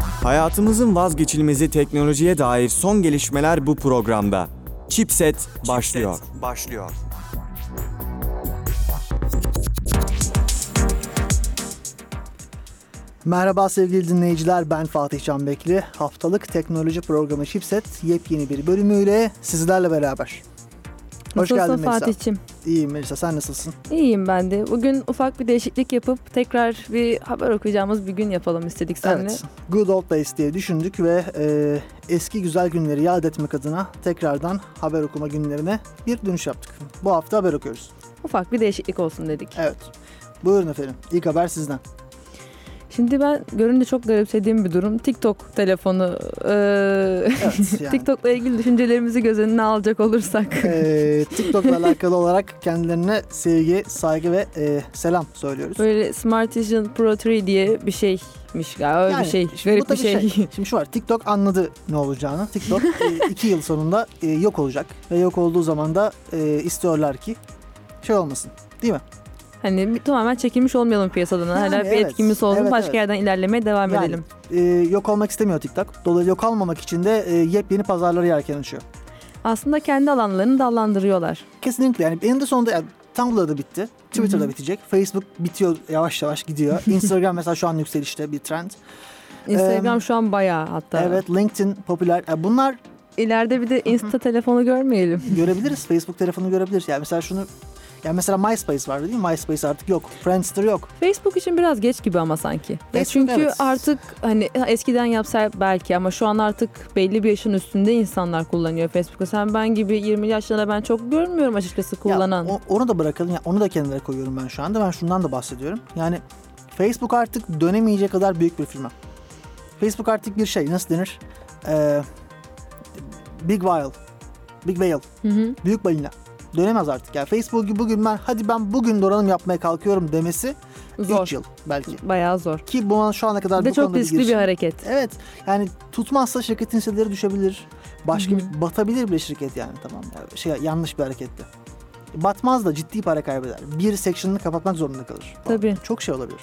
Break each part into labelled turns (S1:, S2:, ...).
S1: Hayatımızın vazgeçilmezi teknolojiye dair son gelişmeler bu programda. Chipset başlıyor.
S2: Başlıyor.
S3: Merhaba sevgili dinleyiciler ben Fatih Can Bekli. Haftalık teknoloji programı Chipset yepyeni bir bölümüyle sizlerle beraber. Hoş
S4: Nasılsın
S3: geldin Melisa.
S4: Fatih'cim?
S3: İyiyim Melisa sen nasılsın?
S4: İyiyim ben de. Bugün ufak bir değişiklik yapıp tekrar bir haber okuyacağımız bir gün yapalım istedik seninle.
S3: Good Old Days diye düşündük ve e, eski güzel günleri yad etmek adına tekrardan haber okuma günlerine bir dönüş yaptık. Bu hafta haber okuyoruz.
S4: Ufak bir değişiklik olsun dedik.
S3: Evet. Buyurun efendim. İlk haber sizden.
S4: Şimdi ben görünce çok garipsediğim bir durum. TikTok telefonu. Ee,
S3: Evet. Yani.
S4: TikTok'la ilgili düşüncelerimizi göz önüne alacak olursak.
S3: e, TikTok'la alakalı olarak kendilerine sevgi, saygı ve e, selam söylüyoruz.
S4: Böyle Smart Vision Pro 3 diye bir şeymiş galiba. Öyle
S3: Yani
S4: bir şey.
S3: şimdi bu
S4: Garip bir
S3: tabii
S4: şey.
S3: Şimdi şu var TikTok anladı ne olacağını. TikTok 2 yıl sonunda e, yok olacak. Ve yok olduğu zaman da e, istiyorlar ki şey olmasın. Değil mi?
S4: hani bir- tamamen çekilmiş olmayalım piyasadan. Hala
S3: Yani
S4: bir
S3: evet.
S4: etkimiz olsun.
S3: Evet,
S4: Başka
S3: evet.
S4: yerden ilerlemeye devam
S3: Yani.
S4: edelim.
S3: E, yok olmak istemiyor TikTok. Dolayısıyla yok olmamak için de e, yepyeni pazarları yerken açıyor.
S4: Aslında kendi alanlarını dallandırıyorlar.
S3: Kesinlikle yani eninde sonunda yani, Tumblr da bitti. Twitter da bitecek. Facebook bitiyor yavaş yavaş gidiyor. Instagram mesela şu an yükselişte bir trend.
S4: Instagram
S3: Em,
S4: şu an bayağı hatta.
S3: Evet LinkedIn popüler. Yani bunlar
S4: İleride bir de Insta telefonu görmeyelim.
S3: görebiliriz. Facebook tarafını görebiliriz. Yani mesela şunu yani mesela MySpace vardı değil mi? MySpace artık yok. Friendster yok.
S4: Facebook için biraz geç gibi ama sanki. Ya
S3: Facebook,
S4: çünkü
S3: evet.
S4: artık hani eskiden yapsa belki ama şu an artık belli bir yaşın üstünde insanlar kullanıyor Facebook'u. Sen ben gibi 20 yaşlarında ben çok görmüyorum açıkçası kullanan.
S3: Ya, o- onu da bırakalım. Ya, onu da kenara koyuyorum ben şu anda. Ben şundan da bahsediyorum. Yani Facebook artık dönemeyecek kadar büyük bir firma. Facebook artık bir şey. Nasıl denir? Ee, big whale. Big whale.
S4: Hı hı.
S3: Büyük balina. Dönemez artık. Yani Facebook bugün ben hadi ben bugün donanım yapmaya kalkıyorum demesi
S4: Zor.
S3: 3 yıl belki.
S4: Bayağı zor.
S3: Ki bu şu ana kadar
S4: Bir de
S3: bu
S4: çok
S3: konuda
S4: riskli bir
S3: girişim-
S4: hareket.
S3: Evet. Yani tutmazsa şirketin hisseleri düşebilir. Başka bir batabilir bile şirket yani tamam. Yani Şey yanlış bir hareketti. Batmaz da ciddi para kaybeder. Bir section'ını kapatmak zorunda kalır. falan.
S4: Tabii.
S3: Çok şey olabilir.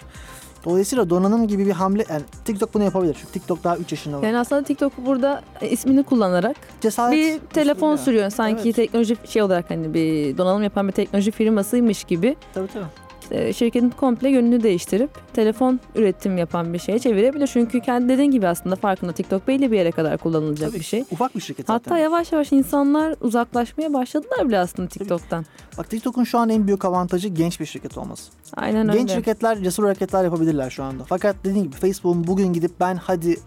S3: Dolayısıyla donanım gibi bir hamle yani TikTok bunu yapabilir. Çünkü Tiktok daha 3 yaşında.
S4: Yani aslında TikTok'u burada e, ismini kullanarak
S3: Cesaret.
S4: bir telefon
S3: üstüne.
S4: sürüyor sanki
S3: Evet.
S4: teknoloji şey olarak hani bir donanım yapan bir teknoloji firmasıymış gibi
S3: Tabii tabii.
S4: e, şirketin komple yönünü değiştirip telefon üretim yapan bir şeye çevirebilir. Çünkü kendi dediğin gibi aslında farkında TikTok belli bir yere kadar kullanılacak
S3: Tabii.
S4: bir şey.
S3: Ufak bir şirket
S4: Hatta
S3: zaten.
S4: yavaş yavaş insanlar uzaklaşmaya başladılar bile aslında TikTok'tan.
S3: Bak TikTok'un şu an en büyük avantajı genç bir şirket olması.
S4: Aynen öyle.
S3: Genç şirketler cesur hareketler yapabilirler şu anda. Fakat dediğim gibi Facebook'un bugün gidip ben hadi e,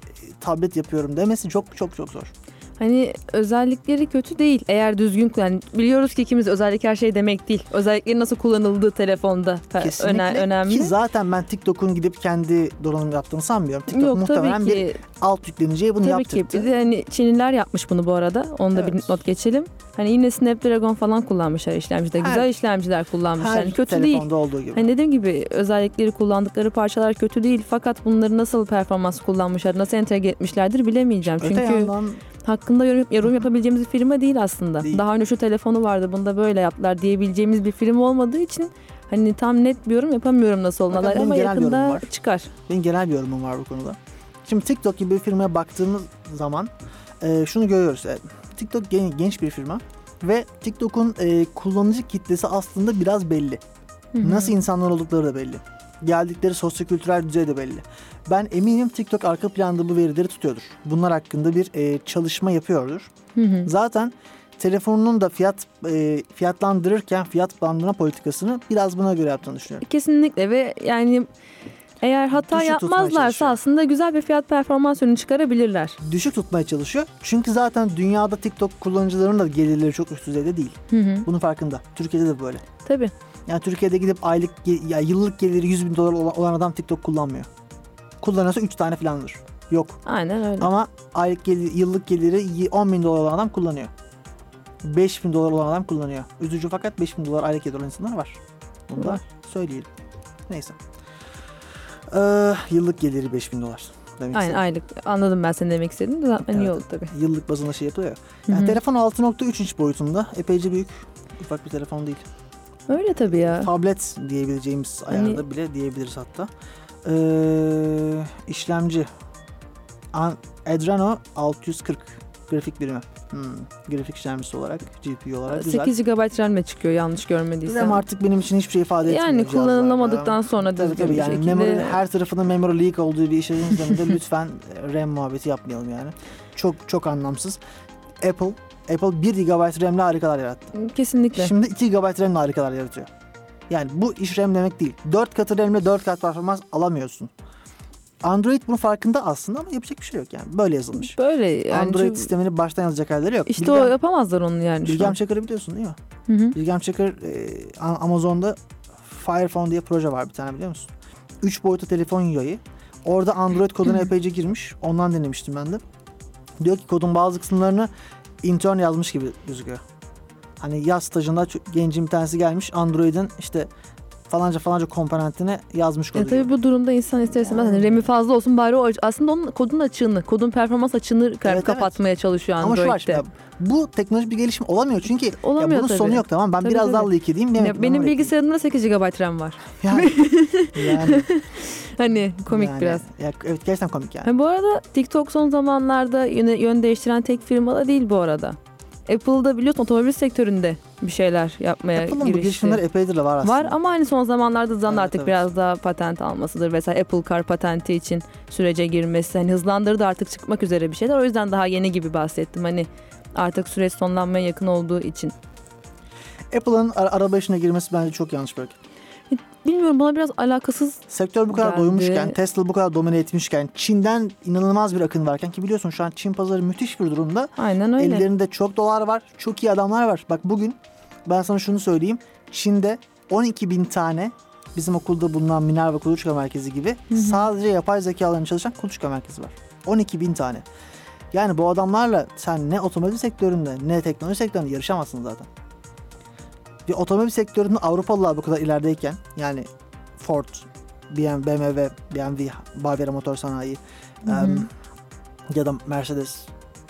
S3: tablet yapıyorum demesi çok çok çok zor.
S4: Hani özellikleri kötü değil. Eğer düzgün kullan. yani biliyoruz ki ikimiz özellik her şey demek değil. Özellikleri nasıl kullanıldığı telefonda ta-
S3: Kesinlikle.
S4: öne- önemli.
S3: Ki zaten ben TikTok'un gidip kendi donanım yaptığını sanmıyorum. TikTok
S4: Yok
S3: muhtemelen
S4: tabii
S3: bir
S4: ki.
S3: alt yükleniciye bunu
S4: Tabii ki.
S3: yaptırdı.
S4: Bir de hani Çinliler yapmış bunu bu arada. Onu da bir
S3: Evet.
S4: not geçelim. Hani yine Snapdragon falan kullanmışlar işlemcide.
S3: Her-
S4: Güzel işlemciler kullanmışlar.
S3: Her
S4: Hani kötü
S3: telefonda
S4: değil.
S3: olduğu gibi.
S4: Hani dediğim gibi özellikleri kullandıkları parçalar kötü değil fakat bunları nasıl performans kullanmışlar, nasıl entegre etmişlerdir bilemeyeceğim.
S3: Öte
S4: Çünkü
S3: yandan
S4: hakkında yorum, yorum yapabileceğimiz bir firma değil aslında.
S3: Değil.
S4: Daha önce şu telefonu vardı bunda böyle yaptılar diyebileceğimiz bir firma olmadığı için hani tam net bir yorum yapamıyorum nasıl
S3: Fakat
S4: olmalar
S3: benim
S4: ama
S3: genel bir yorumum
S4: yakında
S3: var.
S4: çıkar.
S3: benim genel bir yorumum var bu konuda. Şimdi TikTok gibi bir firmaya baktığımız zaman e, şunu görüyoruz. E, TikTok gen- genç bir firma ve TikTok'un e, kullanıcı kitlesi aslında biraz belli. Nasıl insanlar oldukları da belli. Geldikleri sosyokültürel düzey de belli. Ben eminim TikTok arka planda bu verileri tutuyordur. Bunlar hakkında bir e, çalışma yapıyordur.
S4: Hı hı.
S3: Zaten telefonunun da fiyat e, fiyatlandırırken fiyat bandına politikasını biraz buna göre yaptığını düşünüyorum.
S4: Kesinlikle ve yani eğer hata
S3: Düşük tutmaya
S4: yapmazlarsa
S3: çalışıyor.
S4: aslında güzel bir fiyat performans ürünü çıkarabilirler.
S3: Düşük tutmaya çalışıyor. Çünkü zaten dünyada TikTok kullanıcılarının da gelirleri çok üst düzeyde değil.
S4: Hı hı.
S3: Bunun farkında. Türkiye'de de böyle.
S4: Tabii.
S3: Yani Türkiye'de gidip aylık ge- ya yıllık geliri 100 bin dolar olan- olan adam TikTok kullanmıyor. Kullanıyorsa 3 tane filandır. Yok.
S4: Aynen öyle.
S3: Ama aylık gelir, yıllık geliri 10 bin dolar olan adam kullanıyor. 5 bin dolar olan adam kullanıyor. Üzücü fakat 5 bin dolar aylık gelir olan insanlar var. Bunu da
S4: Var.
S3: söyleyelim. Neyse. Ee, yıllık geliri 5 bin dolar. Demek
S4: Aynen
S3: istedim.
S4: aylık. Anladım ben seni demek istediğini. Zaten iyi
S3: Evet.
S4: oldu tabii.
S3: Yıllık bazında şey yapılıyor ya. Yani
S4: Hı hı.
S3: telefon 6.3 inç boyutunda. Epeyce büyük. Ufak bir telefon değil.
S4: Öyle tabii ya.
S3: Tablet diyebileceğimiz
S4: Hani-
S3: ayarda bile diyebiliriz hatta. Ee, işlemci An- Adreno 640 grafik birimi. Hmm, grafik işlemcisi olarak, GPU olarak güzel.
S4: 8 GB RAM'le çıkıyor yanlış
S3: RAM
S4: görmediysem.
S3: artık benim için hiçbir şey ifade etmiyor.
S4: Yani
S3: cihazlarda.
S4: kullanılamadıktan sonra
S3: Tabii
S4: düzgün
S3: tabii
S4: bir
S3: yani
S4: şekilde
S3: memory, her tarafının memory leak olduğu bir işe de lütfen RAM muhabbeti yapmayalım yani. Çok çok anlamsız. Apple Apple 1 GB RAM'le harikalar yarattı.
S4: kesinlikle.
S3: Şimdi 2 GB RAM'le harikalar yaratıyor. Yani bu iş RAM demek değil. 4 katı RAM'le 4 kat performans alamıyorsun. Android bunun farkında aslında ama yapacak bir şey yok yani. Böyle yazılmış.
S4: Böyle yani
S3: Android
S4: çünkü-
S3: sistemini baştan yazacak halleri yok.
S4: işte o
S3: Bilgem,
S4: yapamazlar onu yani şu
S3: Bilgem
S4: an.
S3: Çakır'ı biliyorsun değil mi?
S4: Hı hı.
S3: Bilgem Çakır e, A- Amazon'da Firephone diye proje var bir tane biliyor musun? 3 boyutlu telefon yayı. Orada Android koduna epeyce girmiş. Ondan denemiştim ben de. Diyor ki kodun bazı kısımlarını intern yazmış gibi gözüküyor. Hani yaz stajında ço- gencin bir tanesi gelmiş Android'in işte falanca falanca komponentini yazmış kodu.
S4: E tabii bu durumda insan ister istemez hani RAM'i fazla olsun bari o aslında onun kodun açığını, kodun performans açığını ka-
S3: evet.
S4: kapatmaya çalışıyor
S3: Ama şu
S4: Android'de.
S3: var şimdi bu teknolojik bir gelişim olamıyor çünkü ya
S4: Olamıyor
S3: bunun
S4: tabii.
S3: sonu yok tamam ben
S4: Tabii,
S3: biraz
S4: tabii.
S3: daha leak edeyim.
S4: Ya
S3: yemek
S4: benim
S3: bilmem ne
S4: bilgisayarımda 8 GB RAM var.
S3: yapayım. Yani, yani,
S4: Hani komik
S3: yani.
S4: biraz.
S3: Ya, evet gerçekten komik yani.
S4: Ha, bu arada TikTok son zamanlarda yöne- yön değiştiren tek firma da değil bu arada. Apple'da biliyorsun otomobil sektöründe bir şeyler yapmaya
S3: Apple'ın bu
S4: girişti.
S3: girişimleri epeydir de var aslında.
S4: Ee, Var ama hani son zamanlarda Zan
S3: Evet,
S4: artık
S3: evet.
S4: biraz daha patent almasıdır vesaire Apple Car patenti için sürece girmesi hani hızlandırdı artık çıkmak üzere bir şeyler. O yüzden daha yeni gibi bahsettim hani artık süreç sonlanmaya yakın olduğu için.
S3: Apple'ın ara- araba işine girmesi bence çok yanlış bir hareket.
S4: Bilmiyorum bana biraz alakasız
S3: Sektör bu kadar
S4: Geldi.
S3: doyumuşken, Tesla bu kadar domine etmişken, Çin'den inanılmaz bir akın varken ki biliyorsun şu an Çin pazarı müthiş bir durumda.
S4: aynen öyle.
S3: Ellerinde çok dolar var, çok iyi adamlar var. Bak bugün ben sana şunu söyleyeyim. Çin'de 12 bin tane bizim okulda bulunan Minerva Kuluçka Merkezi gibi sadece yapay zekalarını çalışan Kuluçka Merkezi var. 12 bin tane. Yani bu adamlarla sen ne otomobil sektöründe ne teknoloji sektöründe yarışamazsın zaten. Bir otomobil sektöründe Avrupalılar bu kadar ilerideyken yani Ford, BM, BMW, BMW, Bavaria Motor Sanayi em, ya da Mercedes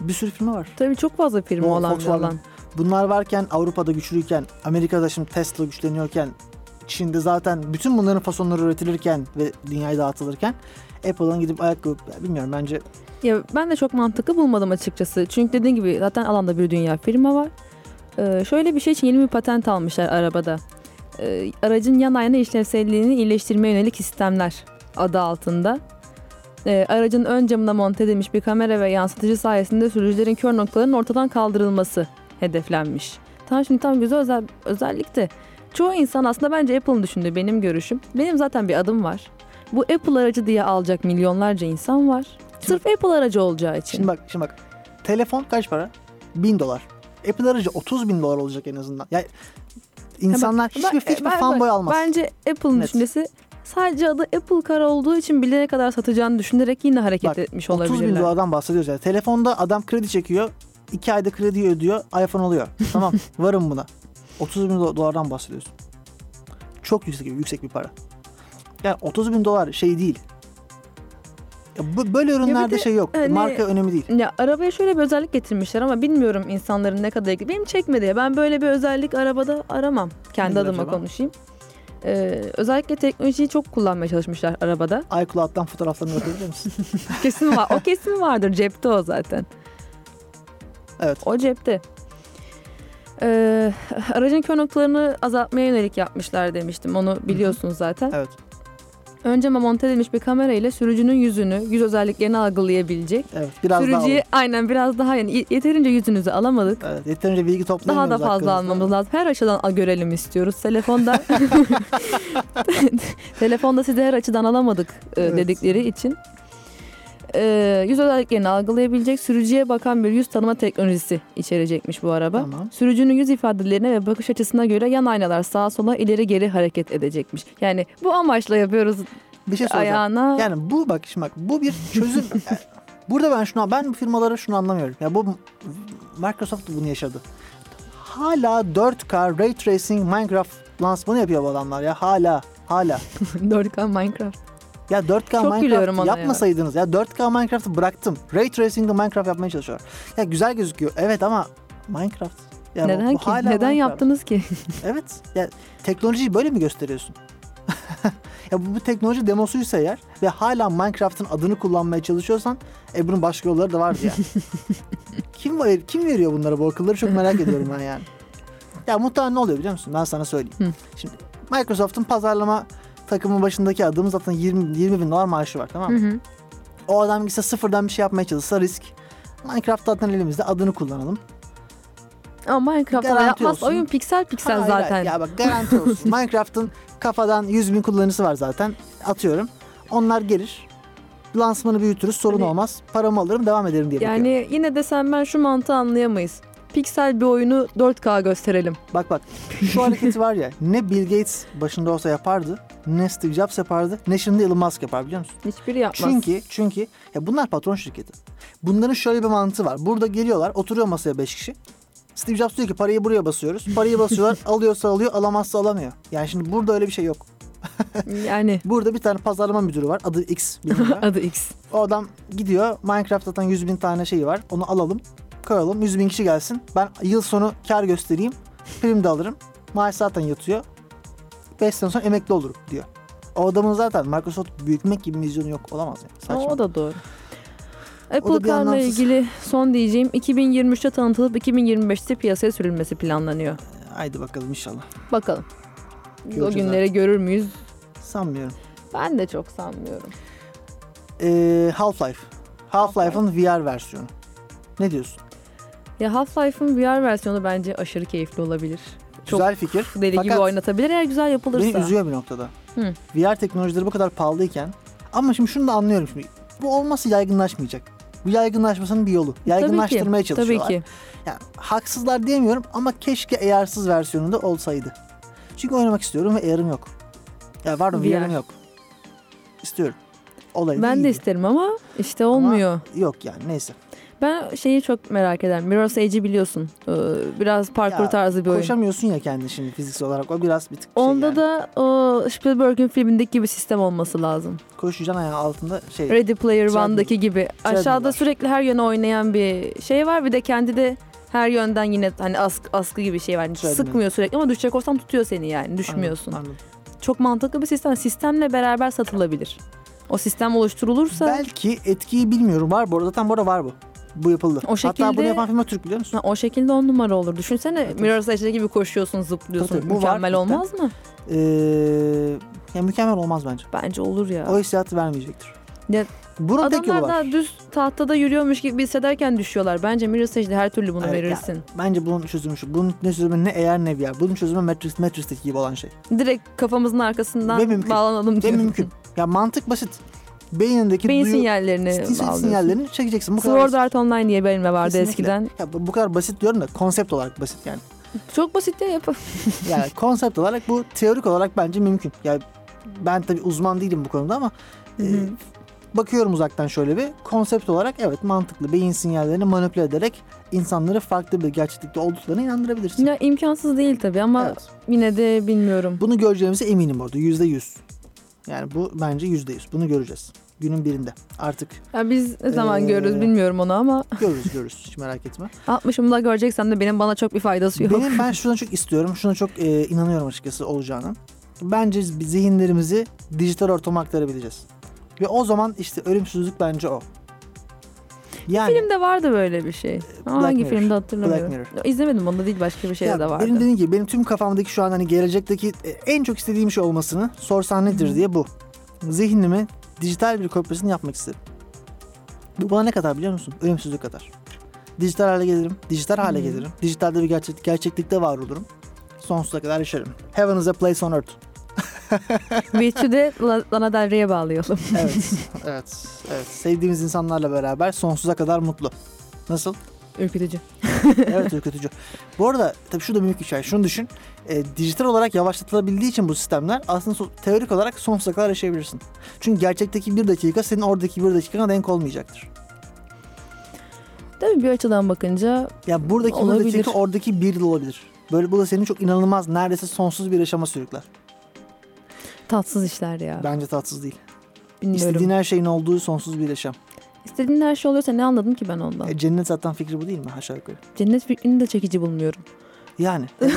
S3: bir sürü firma var.
S4: Tabii çok fazla firma
S3: O
S4: olan bir
S3: Volkswagen.
S4: alan.
S3: Bunlar varken Avrupa'da güçlüyken, Amerika'da şimdi Tesla güçleniyorken, Çin'de zaten bütün bunların fasonları üretilirken ve dünyaya dağıtılırken Apple'ın gidip ayakkabı ya bilmiyorum bence
S4: Ya ben de çok mantıklı bulmadım açıkçası. Çünkü dediğin gibi zaten alanda bir dünya firma var. Ee, şöyle bir şey için yeni bir patent almışlar arabada. Ee, aracın yan ayna işlevselliğini iyileştirmeye yönelik sistemler adı altında. Ee, aracın ön camına monte edilmiş bir kamera ve yansıtıcı sayesinde sürücülerin kör noktalarının ortadan kaldırılması hedeflenmiş. Tam şimdi tam güzel özel, özellik de çoğu insan aslında bence Apple'ın düşündüğü benim görüşüm. Benim zaten bir adım var. Bu Apple aracı diye alacak milyonlarca insan var. Sırf Apple aracı olacağı için.
S3: şimdi bak şimdi bak telefon kaç para? 1000 dolar. Apple aracı 30 bin dolar olacak en azından. Yani insanlar
S4: Ben-
S3: hiçbir, hiçbir
S4: e, ben-
S3: fanboy
S4: ben-
S3: almaz.
S4: Bence Apple'ın
S3: Net.
S4: düşüncesi sadece adı Apple Car olduğu için bilene kadar satacağını düşünerek yine hareket
S3: Bak,
S4: etmiş
S3: 30 bin
S4: olabilirler.
S3: dolardan bahsediyoruz yani. Telefonda adam kredi çekiyor. 2 ayda krediyi ödüyor. iPhone alıyor. Tamam varım buna. 30 bin do- dolardan bahsediyorsun. Çok yüksek, yüksek bir para. Yani 30 bin dolar şey değil. Ya bu- böyle ürünlerde
S4: de
S3: şey yok.
S4: hani-
S3: Marka önemi değil.
S4: Ya arabaya şöyle bir özellik getirmişler ama bilmiyorum insanların ne kadar ilgili. Benim çekmedi ya. Ben böyle bir özellik arabada aramam. Kendi
S3: Nedir
S4: adıma
S3: acaba?
S4: konuşayım. Ee, özellikle teknolojiyi çok kullanmaya çalışmışlar arabada.
S3: iCloud'dan fotoğraflarını bakabilir misin?
S4: Kesin var. O kesin vardır. Cepte o zaten.
S3: Evet.
S4: O cepte. Ee, aracın kör noktalarını azaltmaya yönelik yapmışlar demiştim. Onu biliyorsunuz zaten.
S3: Evet.
S4: Önce monte edilmiş bir kamera ile sürücünün yüzünü, yüz özelliklerini algılayabilecek.
S3: Evet. Biraz daha
S4: Sürücüye
S3: alalım.
S4: aynen biraz daha yani y- yeterince yüzünüzü alamadık.
S3: Evet, yeterince bilgi
S4: Daha
S3: toplayamıyoruz.
S4: da fazla
S3: hakkınızda.
S4: almamız lazım. Her açıdan a- görelim istiyoruz. Telefonda telefonda sizi her açıdan alamadık e,
S3: Evet.
S4: dedikleri için. Ee, yüz özelliklerini algılayabilecek sürücüye bakan bir yüz tanıma teknolojisi içerecekmiş bu araba.
S3: Tamam.
S4: Sürücünün yüz ifadelerine ve bakış açısına göre yan aynalar sağa sola ileri geri hareket edecekmiş. Yani bu amaçla yapıyoruz
S3: Bir şey soracağım.
S4: ayağına.
S3: Yani bu bak şimdi bak bu bir çözüm. E, Burada ben şunu ben bu firmalara şunu anlamıyorum. Ya bu Microsoft bunu yaşadı. Hala 4K Ray Tracing Minecraft lansmanı yapıyor bu adamlar ya hala hala.
S4: 4K Minecraft.
S3: Ya 4K
S4: gülüyorum
S3: Minecraft
S4: ona ya.
S3: yapmasaydınız ya. 4K Minecraft'ı bıraktım. Ray Tracing'de Minecraft yapmaya çalışıyorlar. Ya güzel gözüküyor. Evet ama Minecraft. Ya bu-
S4: Neden
S3: bu
S4: ki?
S3: hala
S4: Neden
S3: Minecraft.
S4: yaptınız ki?
S3: Evet. Ya teknolojiyi böyle mi gösteriyorsun? Ya bu, bu teknoloji demosuysa eğer ve hala Minecraft'ın adını kullanmaya çalışıyorsan e bunun başka yolları da var ya. kim var- kim veriyor bunlara bu akılları çok merak ediyorum ben yani. Ya muhtemelen ne oluyor biliyor musun? Ben sana söyleyeyim.
S4: Hı.
S3: Şimdi Microsoft'un pazarlama takımın başındaki adamın zaten 20, 20 bin dolar maaşı var tamam
S4: Hı
S3: mı?
S4: hı.
S3: O adam gitse sıfırdan bir şey yapmaya çalışsa risk. Minecraft zaten elimizde adını kullanalım.
S4: Ama Minecraft'la
S3: Garanti
S4: yapmaz.
S3: olsun.
S4: Oyun piksel piksel
S3: Hayır, hayır.
S4: zaten.
S3: Ya bak garanti olsun. Minecraft'ın kafadan 100 bin kullanıcısı var zaten. Atıyorum. Onlar gelir. Lansmanı büyütürüz. Sorun
S4: Hani-
S3: olmaz. Paramı alırım devam ederim diye bakıyorum.
S4: Yani yine de sen ben şu mantığı anlayamayız. Piksel bir oyunu 4K gösterelim.
S3: Bak bak. Şu hareketi var ya. Ne Bill Gates başında olsa yapardı. Ne Steve Jobs yapardı. Ne şimdi Elon Musk yapar biliyor musun?
S4: Hiçbiri yapmaz.
S3: Çünkü çünkü ya bunlar patron şirketi. Bunların şöyle bir mantığı var. Burada geliyorlar, oturuyor masaya 5 kişi. Steve Jobs diyor ki parayı buraya basıyoruz. Parayı basıyorlar. alıyorsa alıyor, alamazsa alamıyor. Yani şimdi burada öyle bir şey yok.
S4: yani
S3: Burada bir tane pazarlama müdürü var. Adı X. bilmiyorum.
S4: adı X.
S3: o adam gidiyor. Minecraft zaten 100 bin tane şeyi var. Onu alalım. Koyalım. 100 bin kişi gelsin. Ben yıl sonu kar göstereyim. Prim de alırım. Maaş zaten yatıyor. 5 sene sonra emekli olurum diyor. O adamın zaten Microsoft büyütmek gibi bir vizyonu yok. Olamaz yani.
S4: Ama
S3: Saçma.
S4: o da doğru.
S3: O
S4: Apple
S3: da bir
S4: Car'la
S3: anlamsız.
S4: ilgili son diyeceğim 2023'te tanıtılıp 2025'te piyasaya sürülmesi planlanıyor.
S3: Haydi bakalım inşallah.
S4: Bakalım. Biz o
S3: Göreceğiz
S4: günleri görür müyüz?
S3: Sanmıyorum.
S4: Ben de çok sanmıyorum.
S3: Ee, Half-Life. Half-Life'ın VR versiyonu. Ne diyorsun?
S4: Ya Half-Life'ın VR versiyonu bence aşırı keyifli olabilir. Çok
S3: Güzel fikir.
S4: deli gibi
S3: Fakat-
S4: oynatabilir eğer güzel yapılırsa.
S3: Beni üzüyor bir noktada.
S4: Hı.
S3: VR teknolojileri bu kadar pahalıyken ama şimdi şunu da anlıyorum şimdi. Bu olması yaygınlaşmayacak. Bu yaygınlaşmasının bir yolu.
S4: Tabii ki,
S3: Yaygınlaştırmaya çalışıyorlar.
S4: Tabii ki.
S3: Yani haksızlar diyemiyorum ama keşke AR'sız versiyonunda olsaydı. Çünkü oynamak istiyorum ve AR'ım yok. Ya var mı
S4: VR.
S3: VR'ım yok. İstiyorum. Olaydı
S4: Ben de
S3: iyiydi.
S4: isterim ama işte olmuyor.
S3: Yok yani neyse.
S4: Ben şeyi çok merak ederim. Mirror's Edge'i biliyorsun. Ee, Biraz parkur
S3: Ya,
S4: tarzı bir oyun.
S3: Koşamıyorsun ya kendin şimdi fiziksel olarak. O biraz bir tık şey
S4: Onda
S3: yani.
S4: da o Spielberg'in filmindeki gibi sistem olması lazım.
S3: Koşacaksın ayağı altında şey.
S4: Ready Player
S3: Treadmill.
S4: One'daki gibi. Aşağıda
S3: var.
S4: sürekli her yöne oynayan bir şey var. Bir de kendi de her yönden yine hani ask, askı gibi bir şey var.
S3: Treadmill.
S4: Sıkmıyor sürekli ama düşecek olsan tutuyor seni yani. Düşmüyorsun.
S3: Anladım, anladım.
S4: Çok mantıklı bir sistem. Sistemle beraber satılabilir. O sistem oluşturulursa
S3: Belki etkiyi bilmiyorum. Var bu arada. Zaten bu arada var bu. Bu yapıldı.
S4: O şekilde-
S3: Hatta bunu yapan firma Türk biliyor musun?
S4: Ha, o şekilde on numara olur. Düşünsene Mirror's Edge'de gibi koşuyorsun, zıplıyorsun.
S3: Tabii, bu var
S4: Mükemmel
S3: cidden.
S4: olmaz mı?
S3: Ee, ya mükemmel olmaz bence.
S4: Bence olur ya.
S3: O hissiyatı vermeyecektir.
S4: Ya,
S3: Bunun tek yolu var.
S4: Adamlar daha düz tahtada yürüyormuş gibi hissederken düşüyorlar. Bence Mirror's Edge'de her türlü bunu
S3: Evet, ya.
S4: verirsin.
S3: Bence bunun çözümü şu. Bunun ne çözümü ne eğer ne bir yer. Bunun çözümü Matrix, Matrix'teki gibi olan şey.
S4: Direkt kafamızın arkasından
S3: Ve mümkün.
S4: bağlanalım
S3: Ve
S4: diyorum.
S3: mümkün. Ya mantık basit. Beynindeki
S4: Beyin
S3: duyu
S4: sinyallerini
S3: sinsi-
S4: bağlıyorsun.
S3: sinyallerini çekeceksin. Bu kadar
S4: Sword
S3: basit.
S4: Art Online diye bir elime vardı
S3: Kesinlikle.
S4: eskiden.
S3: Ya bu bu kadar basit diyorum da konsept olarak basit yani.
S4: Çok basit ya yap.
S3: Yani konsept olarak bu teorik olarak bence mümkün. Ya ben tabii uzman değilim bu konuda ama e,
S4: Hı hı.
S3: bakıyorum uzaktan şöyle bir konsept olarak evet mantıklı beyin sinyallerini manipüle ederek insanları farklı bir gerçeklikte olduklarına inandırabilirsin.
S4: ya imkansız değil tabii ama
S3: Evet.
S4: yine de bilmiyorum.
S3: Bunu göreceğimize eminim orada yüzde yüz. Yani bu bence yüzde yüz. Bunu göreceğiz. Günün birinde. Artık
S4: Ya biz ne zaman
S3: Ee,
S4: görürüz bilmiyorum onu ama
S3: görürüz görürüz. Hiç merak etme.
S4: 60'ımda göreceksem de benim bana çok bir faydası yok.
S3: Benim ben şuna çok istiyorum. Şuna çok e, inanıyorum açıkçası olacağına. Bence biz zihinlerimizi dijital ortama aktarabileceğiz. Ve o zaman işte ölümsüzlük bence o. Yani
S4: Filmde vardı böyle bir şey. Ama
S3: Black
S4: hangi
S3: Mirror.
S4: filmde hatırlamıyorum.
S3: Black Mirror.
S4: Ya İzlemedim onu da değil başka bir şeyde
S3: ya
S4: de vardı.
S3: benim dediğim gibi benim tüm kafamdaki şu an hani gelecekteki e, en çok istediğim şey olmasını sorsan nedir diye bu. Zihnimi dijital bir kopyasını yapmak istedim. Bu bana ne kadar biliyor musun? Ölümsüzlük kadar. Dijital hale gelirim, dijital hale
S4: Hı.
S3: gelirim. Dijitalde bir gerçek, gerçeklikte var olurum. Sonsuza kadar yaşarım. Heaven is a place on earth.
S4: Witch'i de La- Lana Del Rey'e bağlayalım.
S3: Evet, evet, evet. Sevdiğimiz insanlarla beraber sonsuza kadar mutlu. Nasıl?
S4: Ürkütücü.
S3: Evet ürkütücü. Bu arada tabii şu da büyük bir şey. Şunu düşün. E, dijital olarak yavaşlatılabildiği için bu sistemler aslında so- teorik olarak sonsuza kadar yaşayabilirsin. Çünkü gerçekteki bir dakika senin oradaki bir dakikana denk olmayacaktır.
S4: Tabii bir açıdan bakınca
S3: Yani buradaki
S4: Olabilir.
S3: bir dakika oradaki bir yıl olabilir. Böyle bu da seni çok inanılmaz neredeyse sonsuz bir yaşama sürükler.
S4: tatsız işler ya.
S3: Bence tatsız değil.
S4: Bilmiyorum.
S3: İstediğin
S4: İstediğin...
S3: her şeyin olduğu sonsuz bir yaşam.
S4: her şey oluyorsa ne anladım ki ben ondan?
S3: E, cennet zaten fikri bu değil mi aşağı yukarı?
S4: Cennet fikrini de çekici bulmuyorum.
S3: Yani. evet.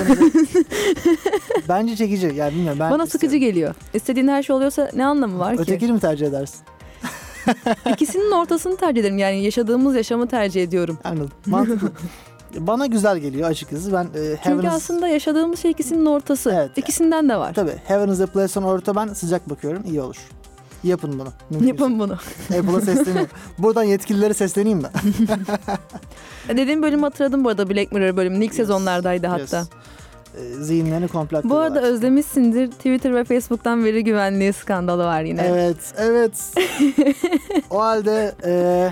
S3: Bence çekici. Yani bilmiyorum. Ben
S4: Bana sıkıcı geliyor. İstediğin her şey oluyorsa ne anlamı var ki?
S3: Ötekini mi tercih edersin?
S4: İkisinin ortasını tercih ederim. Yani yaşadığımız yaşamı tercih ediyorum.
S3: Anladım. Mantıklı. Bana güzel geliyor açıkçası. Ben e,
S4: Çünkü
S3: Heaven is-
S4: aslında yaşadığımız şey ikisinin ortası.
S3: Evet.
S4: İkisinden de var.
S3: Tabii Heaven is a Place on Earth'a ben sıcak bakıyorum. İyi olur. Yapın bunu. mümkünse.
S4: Yapın bunu.
S3: Apple'a sesleniyorum. Buradan yetkililere sesleneyim mi?
S4: Dediğim bölümü hatırladım bu arada Black Mirror bölümünü. İlk
S3: Yes,
S4: sezonlardaydı
S3: Yes.
S4: hatta.
S3: E, zihinlerini komple
S4: Bu arada
S3: aktarıyorlar.
S4: özlemişsindir. Twitter ve Facebook'tan veri güvenliği skandalı var yine.
S3: Evet, evet. o halde e,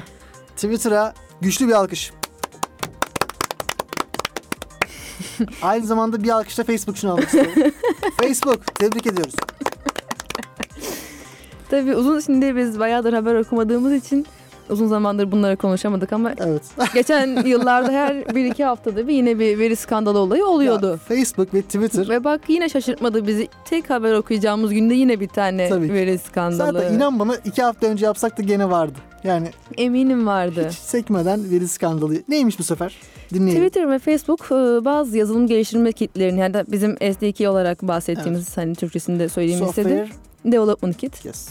S3: Twitter'a güçlü bir alkış. Aynı zamanda bir alkışla Facebook için almak istiyorum. Facebook, tebrik ediyoruz.
S4: Tabii uzun şimdi biz bayağıdır haber okumadığımız için uzun zamandır bunları konuşamadık ama
S3: Evet.
S4: geçen yıllarda her bir iki haftada bir yine bir veri skandalı olayı
S3: Ya,
S4: oluyordu.
S3: Facebook ve Twitter
S4: Ve bak yine şaşırtmadı bizi. Tek haber okuyacağımız günde yine bir tane
S3: Tabii ki.
S4: veri skandalı.
S3: Zaten inan bana iki hafta önce yapsak da gene vardı. Yani
S4: Eminim vardı.
S3: hiç sekmeden veri skandalı. Neymiş bu sefer? Dinleyelim.
S4: Twitter ve Facebook e, bazı yazılım geliştirme kitlerini yani da bizim SDK olarak bahsettiğimiz hani Türkçesini de söyleyeyim istedim.
S3: Software.
S4: Development Kit.
S3: Yes.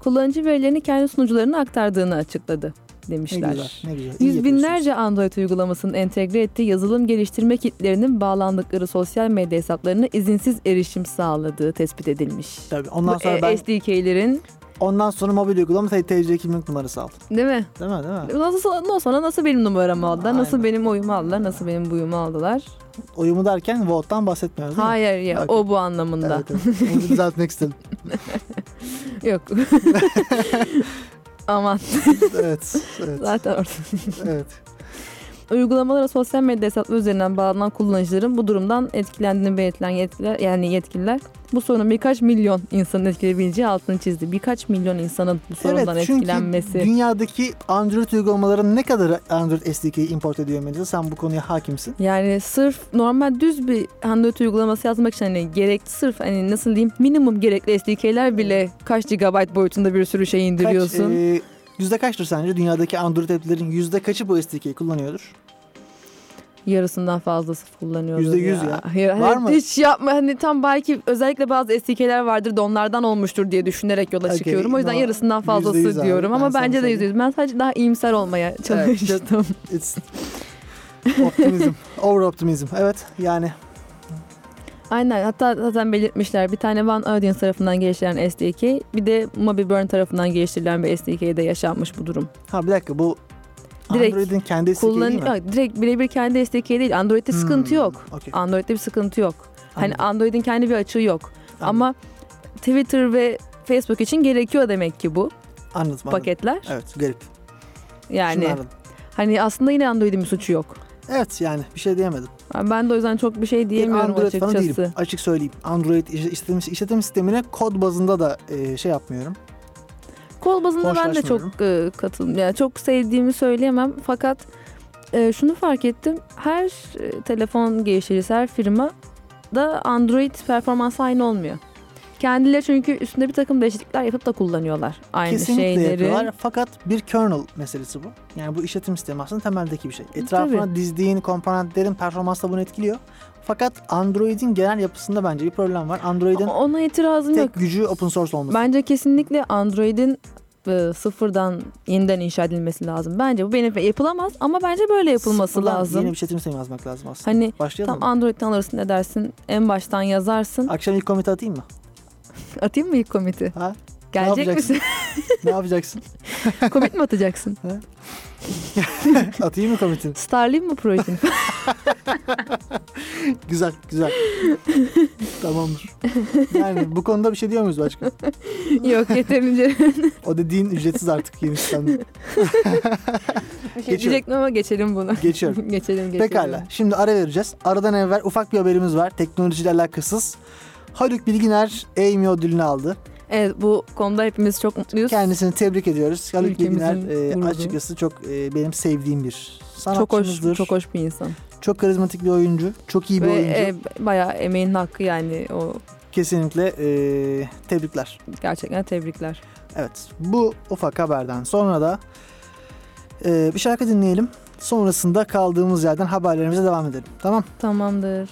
S4: Kullanıcı verilerini kendi sunucularına aktardığını açıkladı
S3: Ne
S4: demişler.
S3: güzel. Ne güzel. İyi
S4: Yüz
S3: yapıyorsunuz.
S4: binlerce Android uygulamasının entegre ettiği yazılım geliştirme kitlerinin bağlandıkları sosyal medya hesaplarına izinsiz erişim sağladığı tespit edilmiş.
S3: Tabii. Ondan
S4: Bu,
S3: sonra
S4: e,
S3: ben
S4: SDK'lerin
S3: ondan sonra mobil uygulama TC kimlik numarası aldım.
S4: değil mi?
S3: Değil mi? Değil mi?
S4: Nasıl ondan sonra nasıl benim numaramı aldılar? Nasıl
S3: Aynen.
S4: benim oyumu aldılar? Nasıl benim buyumu aldılar?
S3: Uyumu derken Volt'tan bahsetmiyoruz değil mi?
S4: Hayır ya
S3: Okey.
S4: o bu anlamında.
S3: Evet, evet. Bunu düzeltmek istedim.
S4: Yok. Aman
S3: Evet. Evet.
S4: zaten orada.
S3: evet.
S4: Uygulamalara sosyal medya hesapları üzerinden bağlanan kullanıcıların bu durumdan etkilendiğini belirtilen yetkililer, yani yetkililer bu sorunun birkaç milyon insanın etkileyebileceği altını çizdi. Birkaç milyon insanın bu sorundan
S3: evet, çünkü
S4: etkilenmesi.
S3: dünyadaki Android uygulamaların ne kadarı Android SDK'yi import ediyor Melisa? Sen bu konuya hakimsin.
S4: Yani sırf normal düz bir Android uygulaması yazmak için hani gerek sırf hani nasıl diyeyim minimum gerekli SDK'ler bile kaç GB boyutunda bir sürü şey indiriyorsun.
S3: Kaç, e, yüzde kaçtır sence? Dünyadaki Android app'lerin yüzde kaçı bu SDK'yi kullanıyordur?
S4: Yarısından fazlası kullanıyoruz.
S3: Yüzde yüz Var
S4: Var
S3: mı?
S4: mı? Hiç yapma. Hani tam belki özellikle bazı SDK'ler vardır da onlardan olmuştur diye düşünerek yola
S3: Okey,
S4: çıkıyorum. O yüzden
S3: no,
S4: yarısından
S3: yüzde yüz
S4: fazlası
S3: abi.
S4: diyorum
S3: Ben
S4: ama
S3: sana
S4: bence de
S3: söyleyeyim.
S4: yüzde yüz. Ben sadece daha iyimser olmaya çalıştım.
S3: It's optimizm. Over optimizm. Evet yani
S4: Aynen. Hatta zaten belirtmişler. Bir tane One Audience tarafından geliştirilen SDK, bir de Moby Burn tarafından geliştirilen bir SDK'de yaşanmış bu durum.
S3: ha bir dakika bu
S4: Direkt
S3: Android'in kendi SDK'yi
S4: Kullan
S3: değil mi?
S4: Yok, direkt birebir kendi SDK değil. Android'de sıkıntı
S3: Hmm,
S4: yok.
S3: okey.
S4: Android'de bir sıkıntı yok. Hani
S3: Anladım.
S4: Android'in kendi bir açığı yok.
S3: Anladım.
S4: Ama Twitter ve Facebook için gerekiyor demek ki bu
S3: Anladım, anladım.
S4: paketler.
S3: Evet garip.
S4: Yani
S3: Şunu anladım.
S4: hani aslında yine Android'in bir suçu yok.
S3: Evet yani bir şey diyemedim.
S4: Ben de o yüzden çok bir şey diyemiyorum
S3: Android
S4: açıkçası.
S3: Falan değilim. Açık söyleyeyim. Android iş- işletim, işletim sistemine kod bazında da e, şey yapmıyorum.
S4: Kol bazında ben de çok e, katılım. Yani çok sevdiğimi söyleyemem fakat e, şunu fark ettim. Her e, telefon geliştiricisi, her firma da Android performansı aynı olmuyor. Kendileri çünkü üstünde bir takım değişiklikler yapıp da kullanıyorlar aynı
S3: Kesinlikle
S4: şeyleri.
S3: yapıyorlar. Fakat bir kernel meselesi bu. Yani bu işletim sistemi aslında temeldeki bir şey. Etrafına
S4: E, Tabii.
S3: dizdiğin komponentlerin performansı da bunu etkiliyor. Fakat Android'in genel yapısında bence bir problem var. Android'in
S4: Ona itirazım yok.
S3: tek gücü open source olması.
S4: Bence kesinlikle Android'in e, sıfırdan yeniden inşa edilmesi lazım. Bence bu benim yapılamaz ama bence böyle yapılması
S3: Sıfırdan
S4: lazım.
S3: Yeni bir şey. işletim sistemi yazmak lazım aslında.
S4: Hani
S3: Başlayalım
S4: tam
S3: mı?
S4: Android'den alırsın ne dersin? En baştan yazarsın.
S3: Akşam ilk komite atayım mı?
S4: Atayım mı ilk komiti?
S3: Ha?
S4: Gelecek
S3: yapacaksın?
S4: misin?
S3: ne yapacaksın?
S4: Komit mi atacaksın?
S3: Atayım mı komitini?
S4: Starlayayım mı projeni?
S3: Güzel, güzel. Tamamdır. Yani bu konuda bir şey diyor muyuz başka?
S4: Yok yeterince
S3: O dediğin ücretsiz artık yeni sistemde.
S4: bir şey diyecektim ama geçelim bunu.
S3: Geçiyorum.
S4: geçelim geçelim.
S3: Pekala. Şimdi ara vereceğiz. Aradan evvel ufak bir haberimiz var. Teknolojiyle alakasız. Haluk Bilginer Emmy ödülünü aldı.
S4: Evet bu konuda hepimiz çok mutluyuz.
S3: Kendisini tebrik ediyoruz. Haluk
S4: Ülkemizin
S3: Bilginer e,
S4: gururu.
S3: açıkçası çok e, benim sevdiğim bir
S4: çok hoş,
S3: sanatçımızdır.
S4: çok hoş bir insan.
S3: Çok karizmatik bir oyuncu. Çok iyi bir
S4: Ve
S3: oyuncu.
S4: e, bayağı emeğin hakkı yani o
S3: Kesinlikle e, tebrikler.
S4: gerçekten tebrikler.
S3: Evet. Bu ufak haberden sonra da e, bir şarkı dinleyelim. Sonrasında kaldığımız yerden haberlerimize devam edelim. Tamam.
S4: Tamamdır.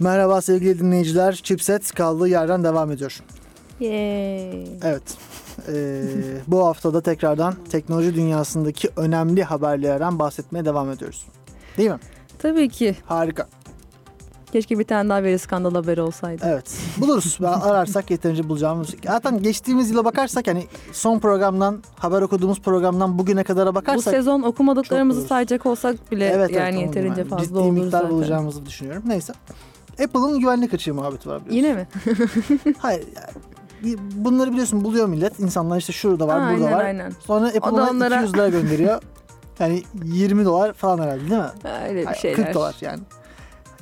S3: Merhaba sevgili dinleyiciler. Chipset kaldığı yerden devam ediyor.
S4: Yay.
S3: Evet. Ee, bu haftada tekrardan teknoloji dünyasındaki önemli haberlerden bahsetmeye devam ediyoruz. Değil mi?
S4: Tabii ki.
S3: Harika.
S4: Keşke bir tane daha veri skandal haberi olsaydı.
S3: Evet. Buluruz. Ben ararsak yeterince bulacağımız. Zaten geçtiğimiz yıla bakarsak yani son programdan haber okuduğumuz programdan bugüne kadara
S4: Bu
S3: bakarsak
S4: sezon
S3: çok
S4: okumadıklarımızı
S3: buluruz.
S4: sayacak olsak bile
S3: onu
S4: yani
S3: diyorum
S4: yeterince
S3: yani.
S4: fazla
S3: Ciddi
S4: olur
S3: miktar
S4: zaten.
S3: bulacağımızı düşünüyorum. Neyse. Apple'ın güvenlik açığı muhabbeti var biliyorsun.
S4: Yine mi?
S3: Hayır. yani Bunları biliyorsun buluyor millet. İnsanlar işte şurada var,
S4: aynen
S3: burada var.
S4: aynen.
S3: Sonra Apple
S4: da
S3: ona
S4: onlara-
S3: 200 lira gönderiyor. Yani 20 dolar falan herhalde değil mi?
S4: Öyle bir
S3: Hayır,
S4: şeyler.
S3: 40 dolar yani.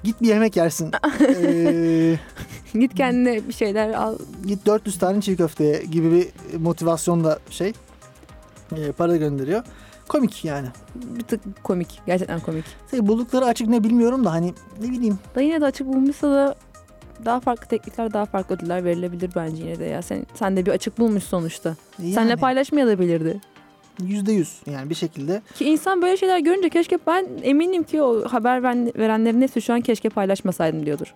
S3: Git bir yemek yersin. Ee,
S4: Git kendine bir şeyler al.
S3: git 400 tane çiğ köfte gibi bir motivasyonla şey e, para gönderiyor. Komik yani.
S4: Bir tık komik. Gerçekten komik.
S3: Tabii buldukları açık ne bilmiyorum da hani ne bileyim.
S4: Da yine de açık bulmuşsa da daha farklı teklifler, daha farklı ödüller verilebilir bence yine de ya. Sen, sen de bir açık bulmuş sonuçta.
S3: e, Yani,
S4: Seninle paylaşmayabilirdi.
S3: %100 yani bir şekilde.
S4: Ki insan böyle şeyler görünce keşke ben eminim ki o haber veren- verenlerin hepsi şu an keşke paylaşmasaydım diyordur.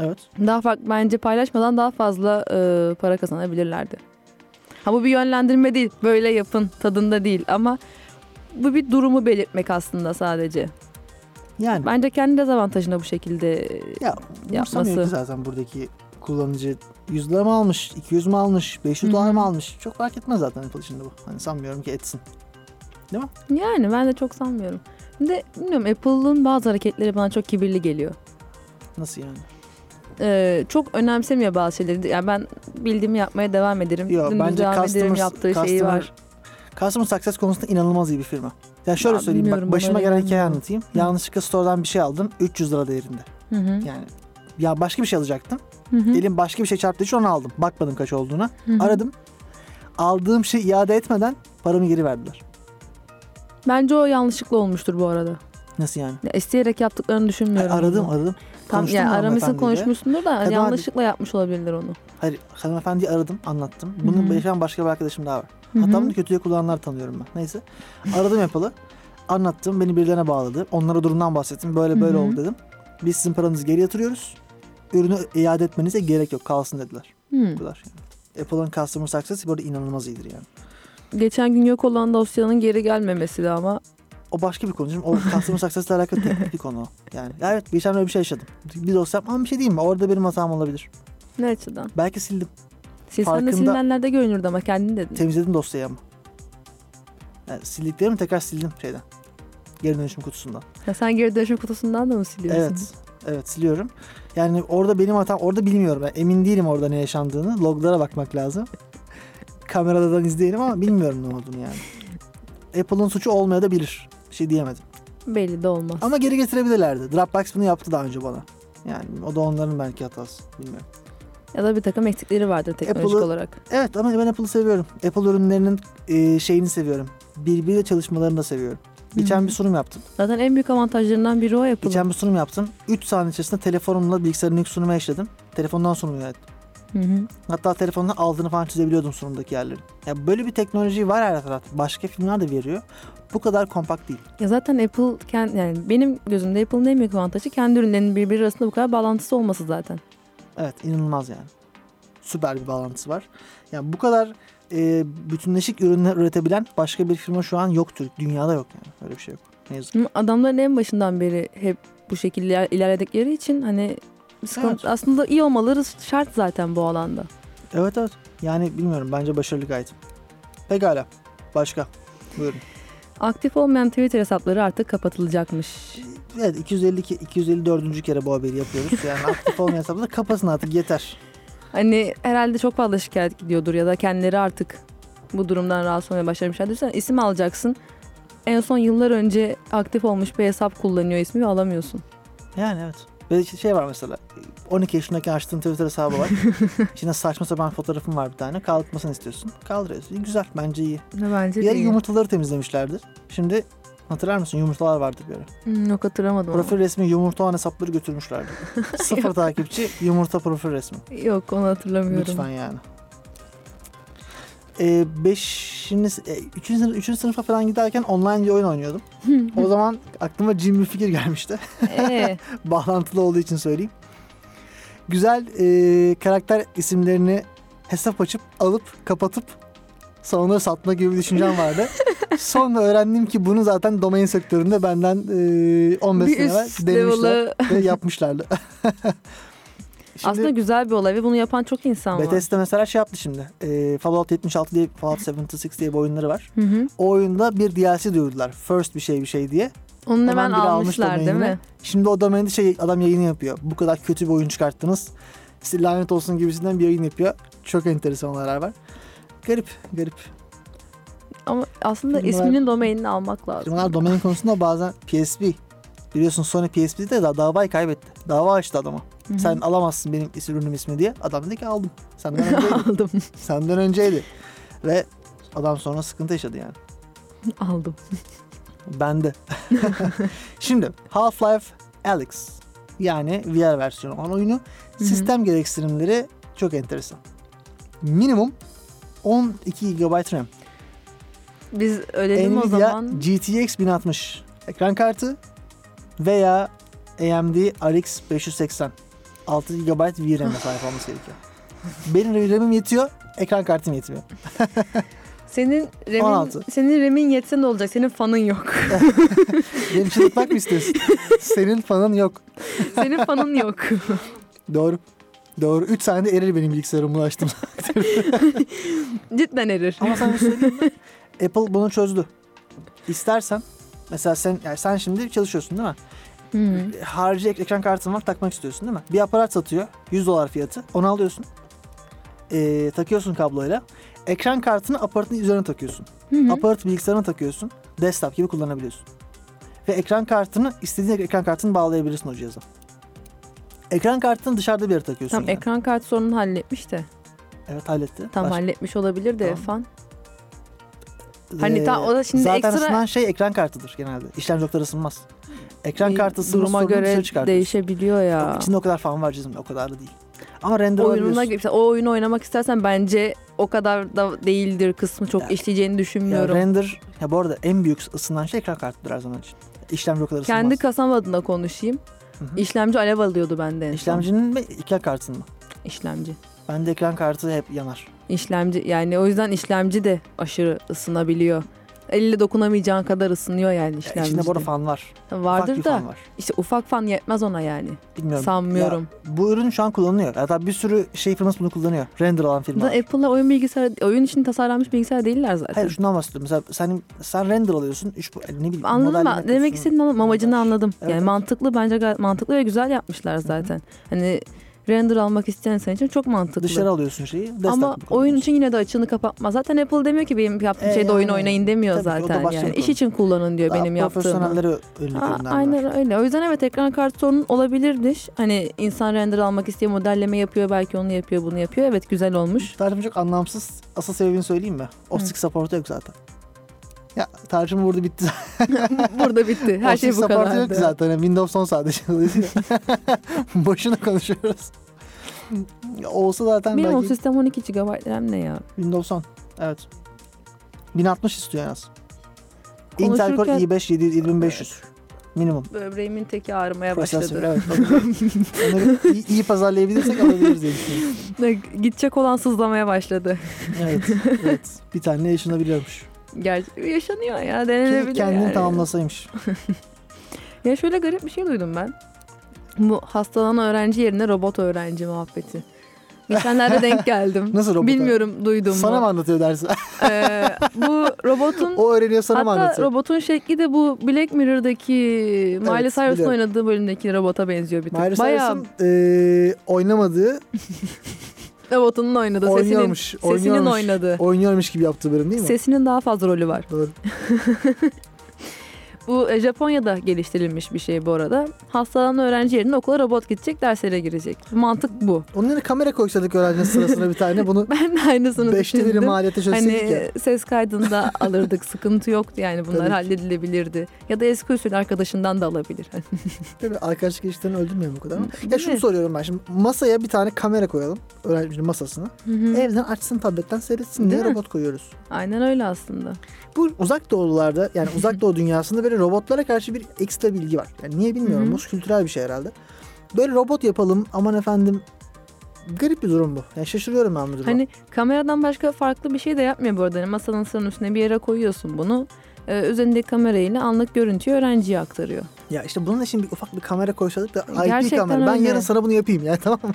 S3: Evet.
S4: Daha farklı bence paylaşmadan daha fazla e, para kazanabilirlerdi. Ha bu bir yönlendirme değil. Böyle yapın tadında değil ama bu bir durumu belirtmek aslında sadece.
S3: Yani
S4: Bence kendi dezavantajına bu şekilde e,
S3: ya umursamıyor ki
S4: yapması.
S3: zaten buradaki kullanıcı 100 lira mı almış, 200 mü almış, 500 dolar mı
S4: Hı hı.
S3: almış? Çok fark etmez zaten Apple şimdi bu. Hani sanmıyorum ki etsin.
S4: Yani ben de çok sanmıyorum. Bir de bilmiyorum Apple'ın bazı hareketleri bana çok kibirli geliyor.
S3: Nasıl yani?
S4: Ee, çok önemsemiyor bazı şeyleri. Yani ben bildiğimi yapmaya devam ederim.
S3: Yo,
S4: Dümdüz
S3: bence
S4: devam ederim
S3: customer-
S4: yaptığı şeyi
S3: customer-
S4: var.
S3: Customer Success konusunda inanılmaz iyi bir firma. Ya şöyle
S4: Ya
S3: söyleyeyim bak
S4: bilmiyorum,
S3: başıma
S4: bana
S3: gelen hikaye
S4: inanmıyorum.
S3: anlatayım. Yanlışlıkla store'dan bir şey aldım 300 lira değerinde.
S4: Hı hı,
S3: Yani ya başka bir şey alacaktım.
S4: hı hı,
S3: Elim başka bir şey çarptığı için onu aldım. Bakmadım kaç olduğuna.
S4: hı hı.
S3: Aradım. Aldığım şey iade etmeden paramı geri verdiler.
S4: Bence o yanlışlıkla olmuştur bu arada.
S3: Nasıl yani?
S4: Ya, isteyerek yaptıklarını
S3: Ay,
S4: düşünmüyorum.
S3: E, aradım
S4: bunu.
S3: aradım.
S4: Tam,
S3: Konuştum
S4: yani
S3: mu
S4: aramışsın
S3: hanımefendiyle? E,
S4: konuşmuşsundur da hani
S3: Tabii
S4: yanlışlıkla yapmış olabilirler onu.
S3: Hayır hanımefendiyi aradım anlattım.
S4: Hı
S3: Bunun
S4: hı.
S3: yaşayan başka bir arkadaşım daha var.
S4: Hı hı.
S3: Hatta bunu kötüye kullananlar tanıyorum ben. Neyse. Aradım Apple'ı. Anlattım. Beni birilerine bağladı. Onlara durumdan bahsettim. Böyle böyle
S4: Hı hı.
S3: oldu dedim. Biz sizin paranızı geri yatırıyoruz. Ürünü iade etmenize gerek yok. Kalsın dediler.
S4: Hı.
S3: Bu kadar. Yani. Apple'ın customer success bu arada inanılmaz iyidir yani.
S4: Geçen gün yok olan dosyanın geri gelmemesi de ama
S3: O başka bir konu. Şimdi o customer success'le alakalı teknik bir konu. o. Yani evet geçen öyle bir şey yaşadım. Bir dosyam ama bir şey diyeyim mi? Orada benim hatam olabilir.
S4: ne açıdan?
S3: Belki sildim.
S4: Silsen de
S3: Farkında-
S4: silinenlerde görünürdü ama kendin dedin.
S3: Temizledim dosyayı ama. Yani sildiklerimi tekrar sildim şeyden. Geri dönüşüm kutusundan.
S4: Ya sen geri dönüşüm kutusundan da mı siliyorsun?
S3: Evet. Evet siliyorum. Yani orada benim hatam orada bilmiyorum. Yani emin değilim orada ne yaşandığını. Loglara bakmak lazım. Kameradan izleyelim ama bilmiyorum ne olduğunu yani. Apple'ın suçu olmaya da bilir. Bir şey diyemedim.
S4: Belli de olmaz.
S3: Ama geri getirebilirlerdi. Dropbox bunu yaptı daha önce bana. Yani o da onların belki hatası. Bilmiyorum.
S4: Ya da bir takım eksikleri vardır teknolojik
S3: Apple'ı-
S4: olarak.
S3: Evet ama ben Apple'ı seviyorum. Apple ürünlerinin e, şeyini seviyorum. Birbiriyle çalışmalarını da seviyorum. Geçen
S4: Hı.
S3: bir sunum yaptım.
S4: Zaten en büyük avantajlarından biri o Apple'ın.
S3: Geçen bir sunum yaptım. 3 saniye içerisinde telefonumla bilgisayarın ilk sunuma eşledim. Telefondan sunumu yönettim.
S4: Hı hı.
S3: Hatta telefonla aldığını falan çizebiliyordum sunumdaki yerleri. Ya böyle bir teknoloji var her tarafta. Başka filmler de veriyor. Bu kadar kompakt değil.
S4: Ya zaten Apple kend- yani benim gözümde Apple'ın en büyük avantajı kendi ürünlerinin birbiri arasında bu kadar bağlantısı olması zaten.
S3: Evet inanılmaz yani. Süper bir bağlantısı var. Yani bu kadar e, bütünleşik ürünler üretebilen başka bir firma şu an yoktur. Dünyada yok yani. Öyle bir şey yok. Ne yazık.
S4: Ama Adamların en başından beri hep bu şekilde iler- ilerledikleri için hani sıkıntı-
S3: Evet.
S4: aslında iyi olmaları şart zaten bu alanda.
S3: Evet evet. Yani bilmiyorum. Bence başarılı gayet. Pekala. Başka. Buyurun.
S4: Aktif olmayan Twitter hesapları artık kapatılacakmış.
S3: Evet 252 254. kere bu haberi yapıyoruz. Yani aktif olmayan hesabı da kapasın artık yeter.
S4: Hani herhalde çok fazla şikayet gidiyordur ya da kendileri artık bu durumdan rahatsız olmaya başlamışlardır. Sen isim alacaksın. En son yıllar önce aktif olmuş bir hesap kullanıyor ismi ve alamıyorsun.
S3: Yani evet. Ve işte şey var mesela 12 yaşındaki açtığın Twitter hesabı var. İçinde saçma sapan fotoğrafın var bir tane. Kaldırmasını istiyorsun. Kaldırıyorsun. Güzel bence iyi.
S4: Ne bence
S3: Bir ara yumurtaları temizlemişlerdi. Şimdi Hatırlar mısın? Yumurtalar vardı böyle.
S4: Hmm, yok hatırlamadım. ama.
S3: Profil resmi yumurta olan hesapları götürmüşlerdi. Sıfır takipçi yumurta profil resmi.
S4: Yok onu hatırlamıyorum.
S3: Lütfen yani. Ee, beşinci, e, üçüncü, sınıf, üçüncü sınıfa falan giderken online bir oyun oynuyordum. o zaman aklıma Jim bir fikir gelmişti.
S4: Ee,
S3: Bağlantılı olduğu için söyleyeyim. Güzel e, karakter isimlerini hesap açıp alıp kapatıp salonları satma gibi bir düşüncem vardı. Sonra öğrendim ki bunu zaten domain sektöründe benden e, 15
S4: bir
S3: sene evvel
S4: üst
S3: denemişler
S4: level'ı.
S3: ve yapmışlardı. Şimdi-
S4: Aslında güzel bir olay ve bunu yapan çok insan var.
S3: Bethesda mesela şey yaptı şimdi. E, Fallout 76 diye, Fallout 76 diye bir oyunları var.
S4: Hı hı.
S3: O oyunda bir DLC duyurdular. First bir şey bir şey diye.
S4: Onu hemen
S3: Hemen biri almış
S4: almışlar değil
S3: domainini.
S4: mi?
S3: Şimdi o domainde şey adam yayını yapıyor. Bu kadar kötü bir oyun çıkarttınız. Size lanet olsun gibisinden bir yayın yapıyor. Çok enteresan olaylar var. Garip, garip.
S4: Ama aslında
S3: Bunlar-
S4: isminin domainini almak lazım.
S3: Firmalar domain konusunda bazen PSP. Biliyorsun Sony PSP'de de davayı kaybetti. Dava açtı adama.
S4: Hı hı.
S3: Sen alamazsın benim is- ürünüm ismi diye. Adam dedi ki aldım. Senden önceydi.
S4: aldım.
S3: Senden önceydi. Ve adam sonra sıkıntı yaşadı yani.
S4: aldım.
S3: Bende. Şimdi Half-Life Alyx yani VR versiyonu olan oyunu
S4: hı.
S3: sistem gereksinimleri çok enteresan. Minimum 12 GB RAM.
S4: Biz ödedim o
S3: Nvidia
S4: zaman.
S3: GTX 1060 ekran kartı veya AMD RX 580 6 GB VRAM'e sahip olması gerekiyor. Benim RAM'im yetiyor, ekran kartım yetmiyor.
S4: Senin remin,
S3: 16.
S4: senin remin yetse ne olacak? Senin fanın yok.
S3: Benim için tutmak mı istiyorsun? Senin fanın yok.
S4: senin fanın yok.
S3: Doğru. Doğru. 3 saniyede erir benim bilgisayarım bunu açtım.
S4: Cidden erir.
S3: Ama sana bir şey söyleyeyim mi? Apple bunu çözdü. İstersen mesela sen yani sen şimdi çalışıyorsun değil mi?
S4: Hı.
S3: Harici ek- ekran kartın var takmak istiyorsun değil mi? Bir aparat satıyor 100 dolar fiyatı onu alıyorsun. Ee, takıyorsun kabloyla. Ekran kartını aparatın üzerine takıyorsun.
S4: Hı hı.
S3: Aparatı bilgisayarına takıyorsun. Desktop gibi kullanabiliyorsun. Ve ekran kartını istediğin ekran kartını bağlayabilirsin o cihaza. Ekran kartını dışarıda bir yere takıyorsun.
S4: Tam
S3: yani.
S4: ekran kartı sorununu halletmiş de.
S3: Evet halletti.
S4: Tam
S3: Başka-
S4: halletmiş olabilir de
S3: Tamam.
S4: fan. Hani ta- o da şimdi
S3: Ee, zaten
S4: ekstra-
S3: ısınan şey ekran kartıdır genelde. İşlemci o kadar ısınmaz. Ekran
S4: Bir
S3: kartı ısınma
S4: duruma göre
S3: şey çıkartıyorsun.
S4: değişebiliyor ya.
S3: İçinde o kadar fan var cihazın o kadar da değil. Ama render
S4: Oyununa
S3: alabiliyorsun.
S4: mesela o oyunu oynamak istersen bence o kadar da değildir kısmı çok
S3: Ya-
S4: işleyeceğini
S3: Ya
S4: düşünmüyorum.
S3: render ya bu arada en büyük ısınan şey ekran kartıdır her zaman için. İşlemci o kadar ısınmaz.
S4: Kendi kasam adına konuşayım.
S3: Hı hı.
S4: İşlemci alev alıyordu bende en son.
S3: İşlemcinin mi ekran kartının mı?
S4: İşlemci.
S3: Bende ekran kartı hep yanar.
S4: İşlemci yani o yüzden işlemci de aşırı ısınabiliyor. Elle dokunamayacağın kadar ısınıyor yani
S3: Ya
S4: işlemci.
S3: İçinde bu arada
S4: de.
S3: fan var. Ufak bir
S4: Vardır da
S3: fan var.
S4: işte ufak fan yetmez ona yani.
S3: Bilmiyorum.
S4: Sanmıyorum.
S3: Ya bu ürün şu an kullanılıyor. Hatta bir sürü şey firması bunu kullanıyor. Render alan
S4: Bu da
S3: firma.
S4: Apple'la oyun bilgisayar oyun için tasarlanmış bilgisayar değiller zaten.
S3: Hayır şundan bahsediyorum. Mesela sen, sen render alıyorsun. Üç, ne bileyim.
S4: Anladım
S3: modelini
S4: ben. Demek
S3: yapıyorsun.
S4: istediğin ama- amacını
S3: Model.
S4: anladım.
S3: Evet,
S4: yani
S3: evet.
S4: mantıklı bence gayet mantıklı ve güzel yapmışlar zaten. Hani render almak isteyen insan için çok mantıklı.
S3: Dışarı alıyorsun şeyi. desktop
S4: ama
S3: gibi
S4: oyun
S3: kullanıyorsun.
S4: için yine de açığını kapatma. Zaten Apple demiyor ki benim yaptığım
S3: E,
S4: şeyde oyun
S3: yani,
S4: oynayın demiyor
S3: tabii ki, o da
S4: zaten.
S3: başka bir
S4: Yani iş
S3: konu.
S4: için kullanın diyor
S3: Daha
S4: benim yaptığımı.
S3: Profesyonellere önlük
S4: Aa,
S3: ürünler var.
S4: aynen öyle. O yüzden evet ekran kartı sorunu olabilirdir. Hani insan render almak istiyor, modelleme yapıyor, belki onu yapıyor, bunu yapıyor. Evet güzel olmuş.
S3: Tarifim çok anlamsız. Asıl sebebini söyleyeyim mi?
S4: Hı.
S3: Optik support'u yok zaten. Ya tarifim burada bitti.
S4: Burada bitti. Her
S3: Optik
S4: şey bu
S3: support'u yok
S4: kadardı.
S3: ki zaten. Yani Windows 10 sadece. Dolayısıyla Boşuna konuşuyoruz. Ya olsa zaten
S4: Benim o
S3: belki
S4: sistem 12 GB RAM ne ya?
S3: Windows 10. Evet. 1060 istiyor en az.
S4: Konuşurken-
S3: Intel Core i5 7 7500. Minimum.
S4: Böbreğimin teki ağrımaya
S3: Prosesör
S4: başladı.
S3: evet. Onları iyi, iyi pazarlayabilirsek alabiliriz diye düşünüyorum.
S4: Gidecek olan sızlamaya başladı.
S3: evet, evet. Bir tane yaşanabiliyormuş.
S4: Gerçi yaşanıyor ya
S3: Keşke
S4: denenebilir
S3: kendini
S4: yani.
S3: tamamlasaymış.
S4: Ya şöyle garip bir şey duydum ben. Bu hastalanan öğrenci yerine robot öğrenci muhabbeti. Geçenlerde denk geldim.
S3: Nasıl robot?
S4: Bilmiyorum duydum
S3: Sana
S4: mu.
S3: mı anlatıyor dersi?
S4: Ee, bu robotun
S3: o öğreniyor sana mı
S4: hatta
S3: anlatıyor?
S4: robotun şekli de bu Black Mirror'daki Miley
S3: Evet,
S4: Cyrus'un
S3: biliyorum.
S4: oynadığı bölümdeki robota benziyor bir tık.
S3: Miley
S4: Bayağı
S3: Cyrus'un eee, oynamadığı
S4: robotunun oynadığı sesinin,
S3: oynuyormuş.
S4: sesinin
S3: oynuyormuş,
S4: oynadığı.
S3: Oynuyormuş gibi yaptığı bölüm değil mi?
S4: Sesinin daha fazla rolü var.
S3: Doğru.
S4: Bu e, Japonya'da geliştirilmiş bir şey bu arada. Hastalanan öğrenci yerine okula robot gidecek, derslere girecek. Mantık bu.
S3: Onun yerine kamera koysaydık öğrencinin sırasına bir tane. Bunu
S4: Ben de aynısını
S3: beşte biri
S4: düşündüm.
S3: maliyete çözseydik ya.
S4: Hani ses kaydında alırdık sıkıntı yoktu yani bunlar
S3: Tabii ki.
S4: halledilebilirdi. Ya da eski usul arkadaşından da alabilir.
S3: Değil mi? Arkadaşlık ilişkilerini öldürmüyor bu kadar. ama.
S4: Değil
S3: ya
S4: mi?
S3: şunu soruyorum ben şimdi. Masaya bir tane kamera koyalım. Öğrencinin masasına. Evden açsın tabletten seyretsin diye
S4: Değil mi?
S3: robot koyuyoruz.
S4: E, Aynen öyle aslında.
S3: Bu uzak doğularda yani uzak doğu dünyasında böyle robotlara karşı bir ekstra bilgi var. Yani niye bilmiyorum.
S4: Hı hı.
S3: Bu kültürel bir şey herhalde. Böyle robot yapalım aman efendim garip bir durum bu. Yani şaşırıyorum ben bu duruma.
S4: Hani kameradan başka farklı bir şey de yapmıyor bu arada. Hani masanın sırın üstüne bir yere koyuyorsun bunu. Ee, üzerindeki kamerayla anlık görüntüyü öğrenciye aktarıyor.
S3: Ya işte bunun için bir ufak bir kamera koysaydık da IP
S4: Gerçekten
S3: kamera. Ben
S4: öyle.
S3: yarın sana bunu yapayım ya tamam mı?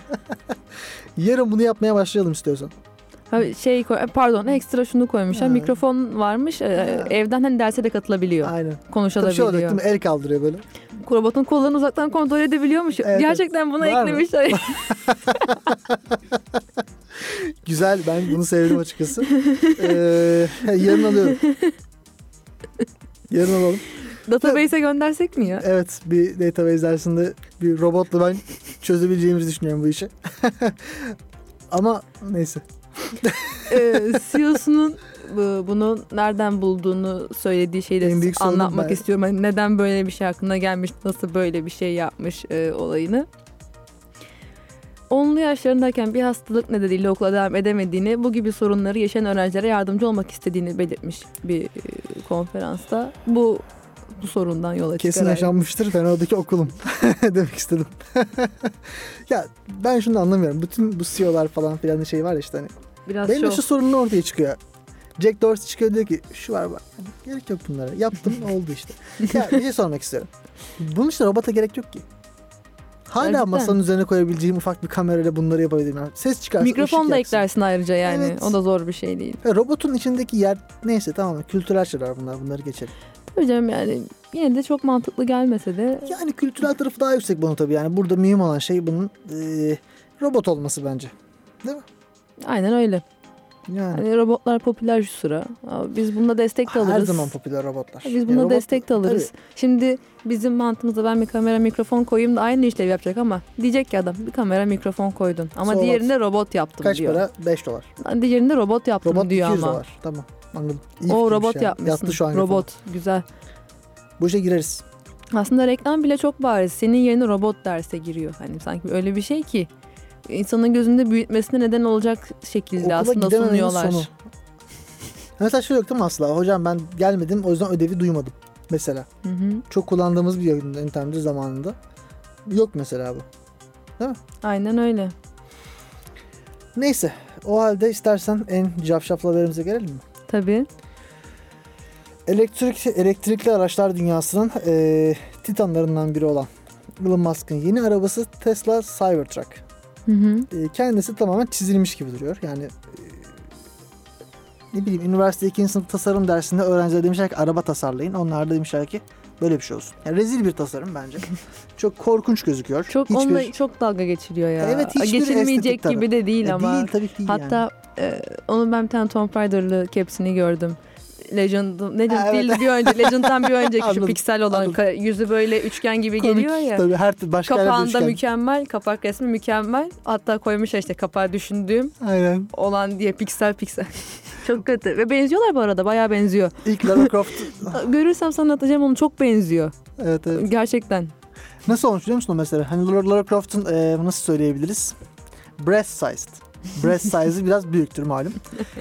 S3: yarın bunu yapmaya başlayalım istiyorsan.
S4: Ha, şey koy- pardon ekstra şunu koymuşlar.
S3: Ha.
S4: Mikrofon varmış. Ee,
S3: Ha.
S4: Evden hani derse de katılabiliyor.
S3: Aynen. Tabii şey
S4: Konuşabiliyor.
S3: olacak değil mi? El kaldırıyor böyle.
S4: Robotun kollarını uzaktan kontrol edebiliyormuş.
S3: Evet, evet.
S4: Gerçekten buna
S3: Var mı?
S4: eklemişler.
S3: Güzel ben bunu sevdim açıkçası. ee, yarın alıyorum. Yarın alalım.
S4: Database'e e göndersek mi ya?
S3: Evet bir database dersinde bir robotla ben çözebileceğimizi düşünüyorum bu işi. Ama neyse.
S4: Ee, CEO'sunun bu- e, bunu nereden bulduğunu söylediği şeyi de
S3: En büyük sorunum
S4: anlatmak
S3: ben.
S4: istiyorum. Hani neden böyle bir şey aklına gelmiş, nasıl böyle bir şey yapmış e, olayını. Onlu yaşlarındayken bir hastalık nedeniyle okula devam edemediğini, bu gibi sorunları yaşayan öğrencilere yardımcı olmak istediğini belirtmiş bir e, konferansta. Bu bu sorundan yola
S3: Kesin
S4: çıkarak.
S3: yaşanmıştır. Ben oradaki okulum demek istedim. ya ben şunu da anlamıyorum. Bütün bu CEO'lar falan filan şey var ya işte hani.
S4: Biraz
S3: Benim de
S4: şov.
S3: şu sorunun ortaya çıkıyor. Jack Dorsey çıkıyor diyor ki şu var bak. Hani gerek yok bunlara. Yaptım oldu işte. Ya bir şey sormak istiyorum. Bunun için robota gerek yok ki. Hala
S4: Gerçekten.
S3: masanın üzerine koyabileceğim ufak bir kamerayla bunları yapabilirim. Yani ses çıkarsın.
S4: Mikrofon
S3: ışık
S4: da
S3: yaksın.
S4: eklersin ayrıca yani.
S3: Evet.
S4: O da zor bir şey değil.
S3: Ya robotun içindeki yer neyse tamam kültürel şeyler bunlar bunları geçelim.
S4: Hocam yani yine de çok mantıklı gelmese de
S3: Yani kültürel tarafı daha yüksek bunun tabii yani burada mühim olan şey bunun eee, robot olması bence.
S4: aynen öyle.
S3: Yani
S4: Hani robotlar popüler şu sıra. Aa, Biz bununla destek de alırız.
S3: her zaman popüler robotlar.
S4: Biz
S3: Yani
S4: buna
S3: robot-
S4: destek de alırız.
S3: Tabii.
S4: Şimdi bizim mantığımızda ben bir kamera mikrofon koyayım da aynı işlevi yapacak ama diyecek ki adam bir kamera mikrofon koydun ama
S3: Sonra-
S4: diğerinde robot yaptım
S3: Kaç
S4: diyor.
S3: para? 5 dolar.
S4: Diğerinde robot yaptım
S3: Robot
S4: diyor
S3: 200
S4: ama.
S3: dolar. Tamam. Anladım. İyi
S4: O
S3: fikirmiş
S4: robot
S3: yani.
S4: yapmışsın.
S3: Yattı şu an
S4: robot güzel.
S3: kafama. Bu işe gireriz.
S4: Aslında reklam bile çok bariz. Senin yerine robot derse giriyor. Hani sanki öyle bir şey ki insanın gözünde büyütmesine neden olacak şekilde aslında
S3: gidememenin
S4: sunuyorlar.
S3: sonu. Mesela şey yok değil mi asla? Hocam ben gelmedim o yüzden ödevi duymadım. Mesela.
S4: Hı hı.
S3: Çok kullandığımız bir yöntemdir zamanında. Yok mesela bu.
S4: Aynen öyle.
S3: Neyse. O halde istersen en cafcaflı haberimize gelelim mi?
S4: Tabii.
S3: Elektrik, elektrikli araçlar dünyasının eee, titanlarından biri olan Elon Musk'ın yeni arabası Tesla Cybertruck.
S4: Hı hı.
S3: Eee, kendisi tamamen çizilmiş gibi duruyor. Yani eee, ne bileyim üniversite 2. sınıf tasarım dersinde öğrenciler demişler ki araba tasarlayın. Onlar da demişler ki böyle bir şey olsun. Yani rezil bir tasarım bence. Çok korkunç gözüküyor.
S4: Çok
S3: Hiçbir- şey-
S4: onunla çok dalga geçiliyor ya.
S3: Evet, hiçbir estetik
S4: Geçilmeyecek
S3: tarafı.
S4: gibi de değil
S3: E,
S4: ama.
S3: Değil tabii ki değil yani.
S4: Hatta e, onun ben bir tane Tomb Raider'lı capsini gördüm. Legend, Legend
S3: Ha, evet.
S4: değil bir önce Legend'dan bir önceki
S3: Anladım,
S4: şu piksel olan
S3: anladım.
S4: ka- yüzü böyle üçgen gibi
S3: Komik,
S4: geliyor ya.
S3: Tabii her başka yerde
S4: Kapağında
S3: üçgen.
S4: mükemmel, kapak resmi mükemmel. Hatta koymuş işte kapağı düşündüğüm
S3: Aynen.
S4: olan diye piksel piksel. çok kötü. Ve benziyorlar bu arada. Bayağı benziyor.
S3: İlk Lara Croft.
S4: Görürsem sana atacağım onu çok benziyor.
S3: evet Ah. evet.
S4: Gerçekten.
S3: Nasıl olmuş biliyor musun o mesela? Hani Lara, Lara Croft'un e, nasıl söyleyebiliriz? Breast sized. Breast size'ı biraz büyüktür malum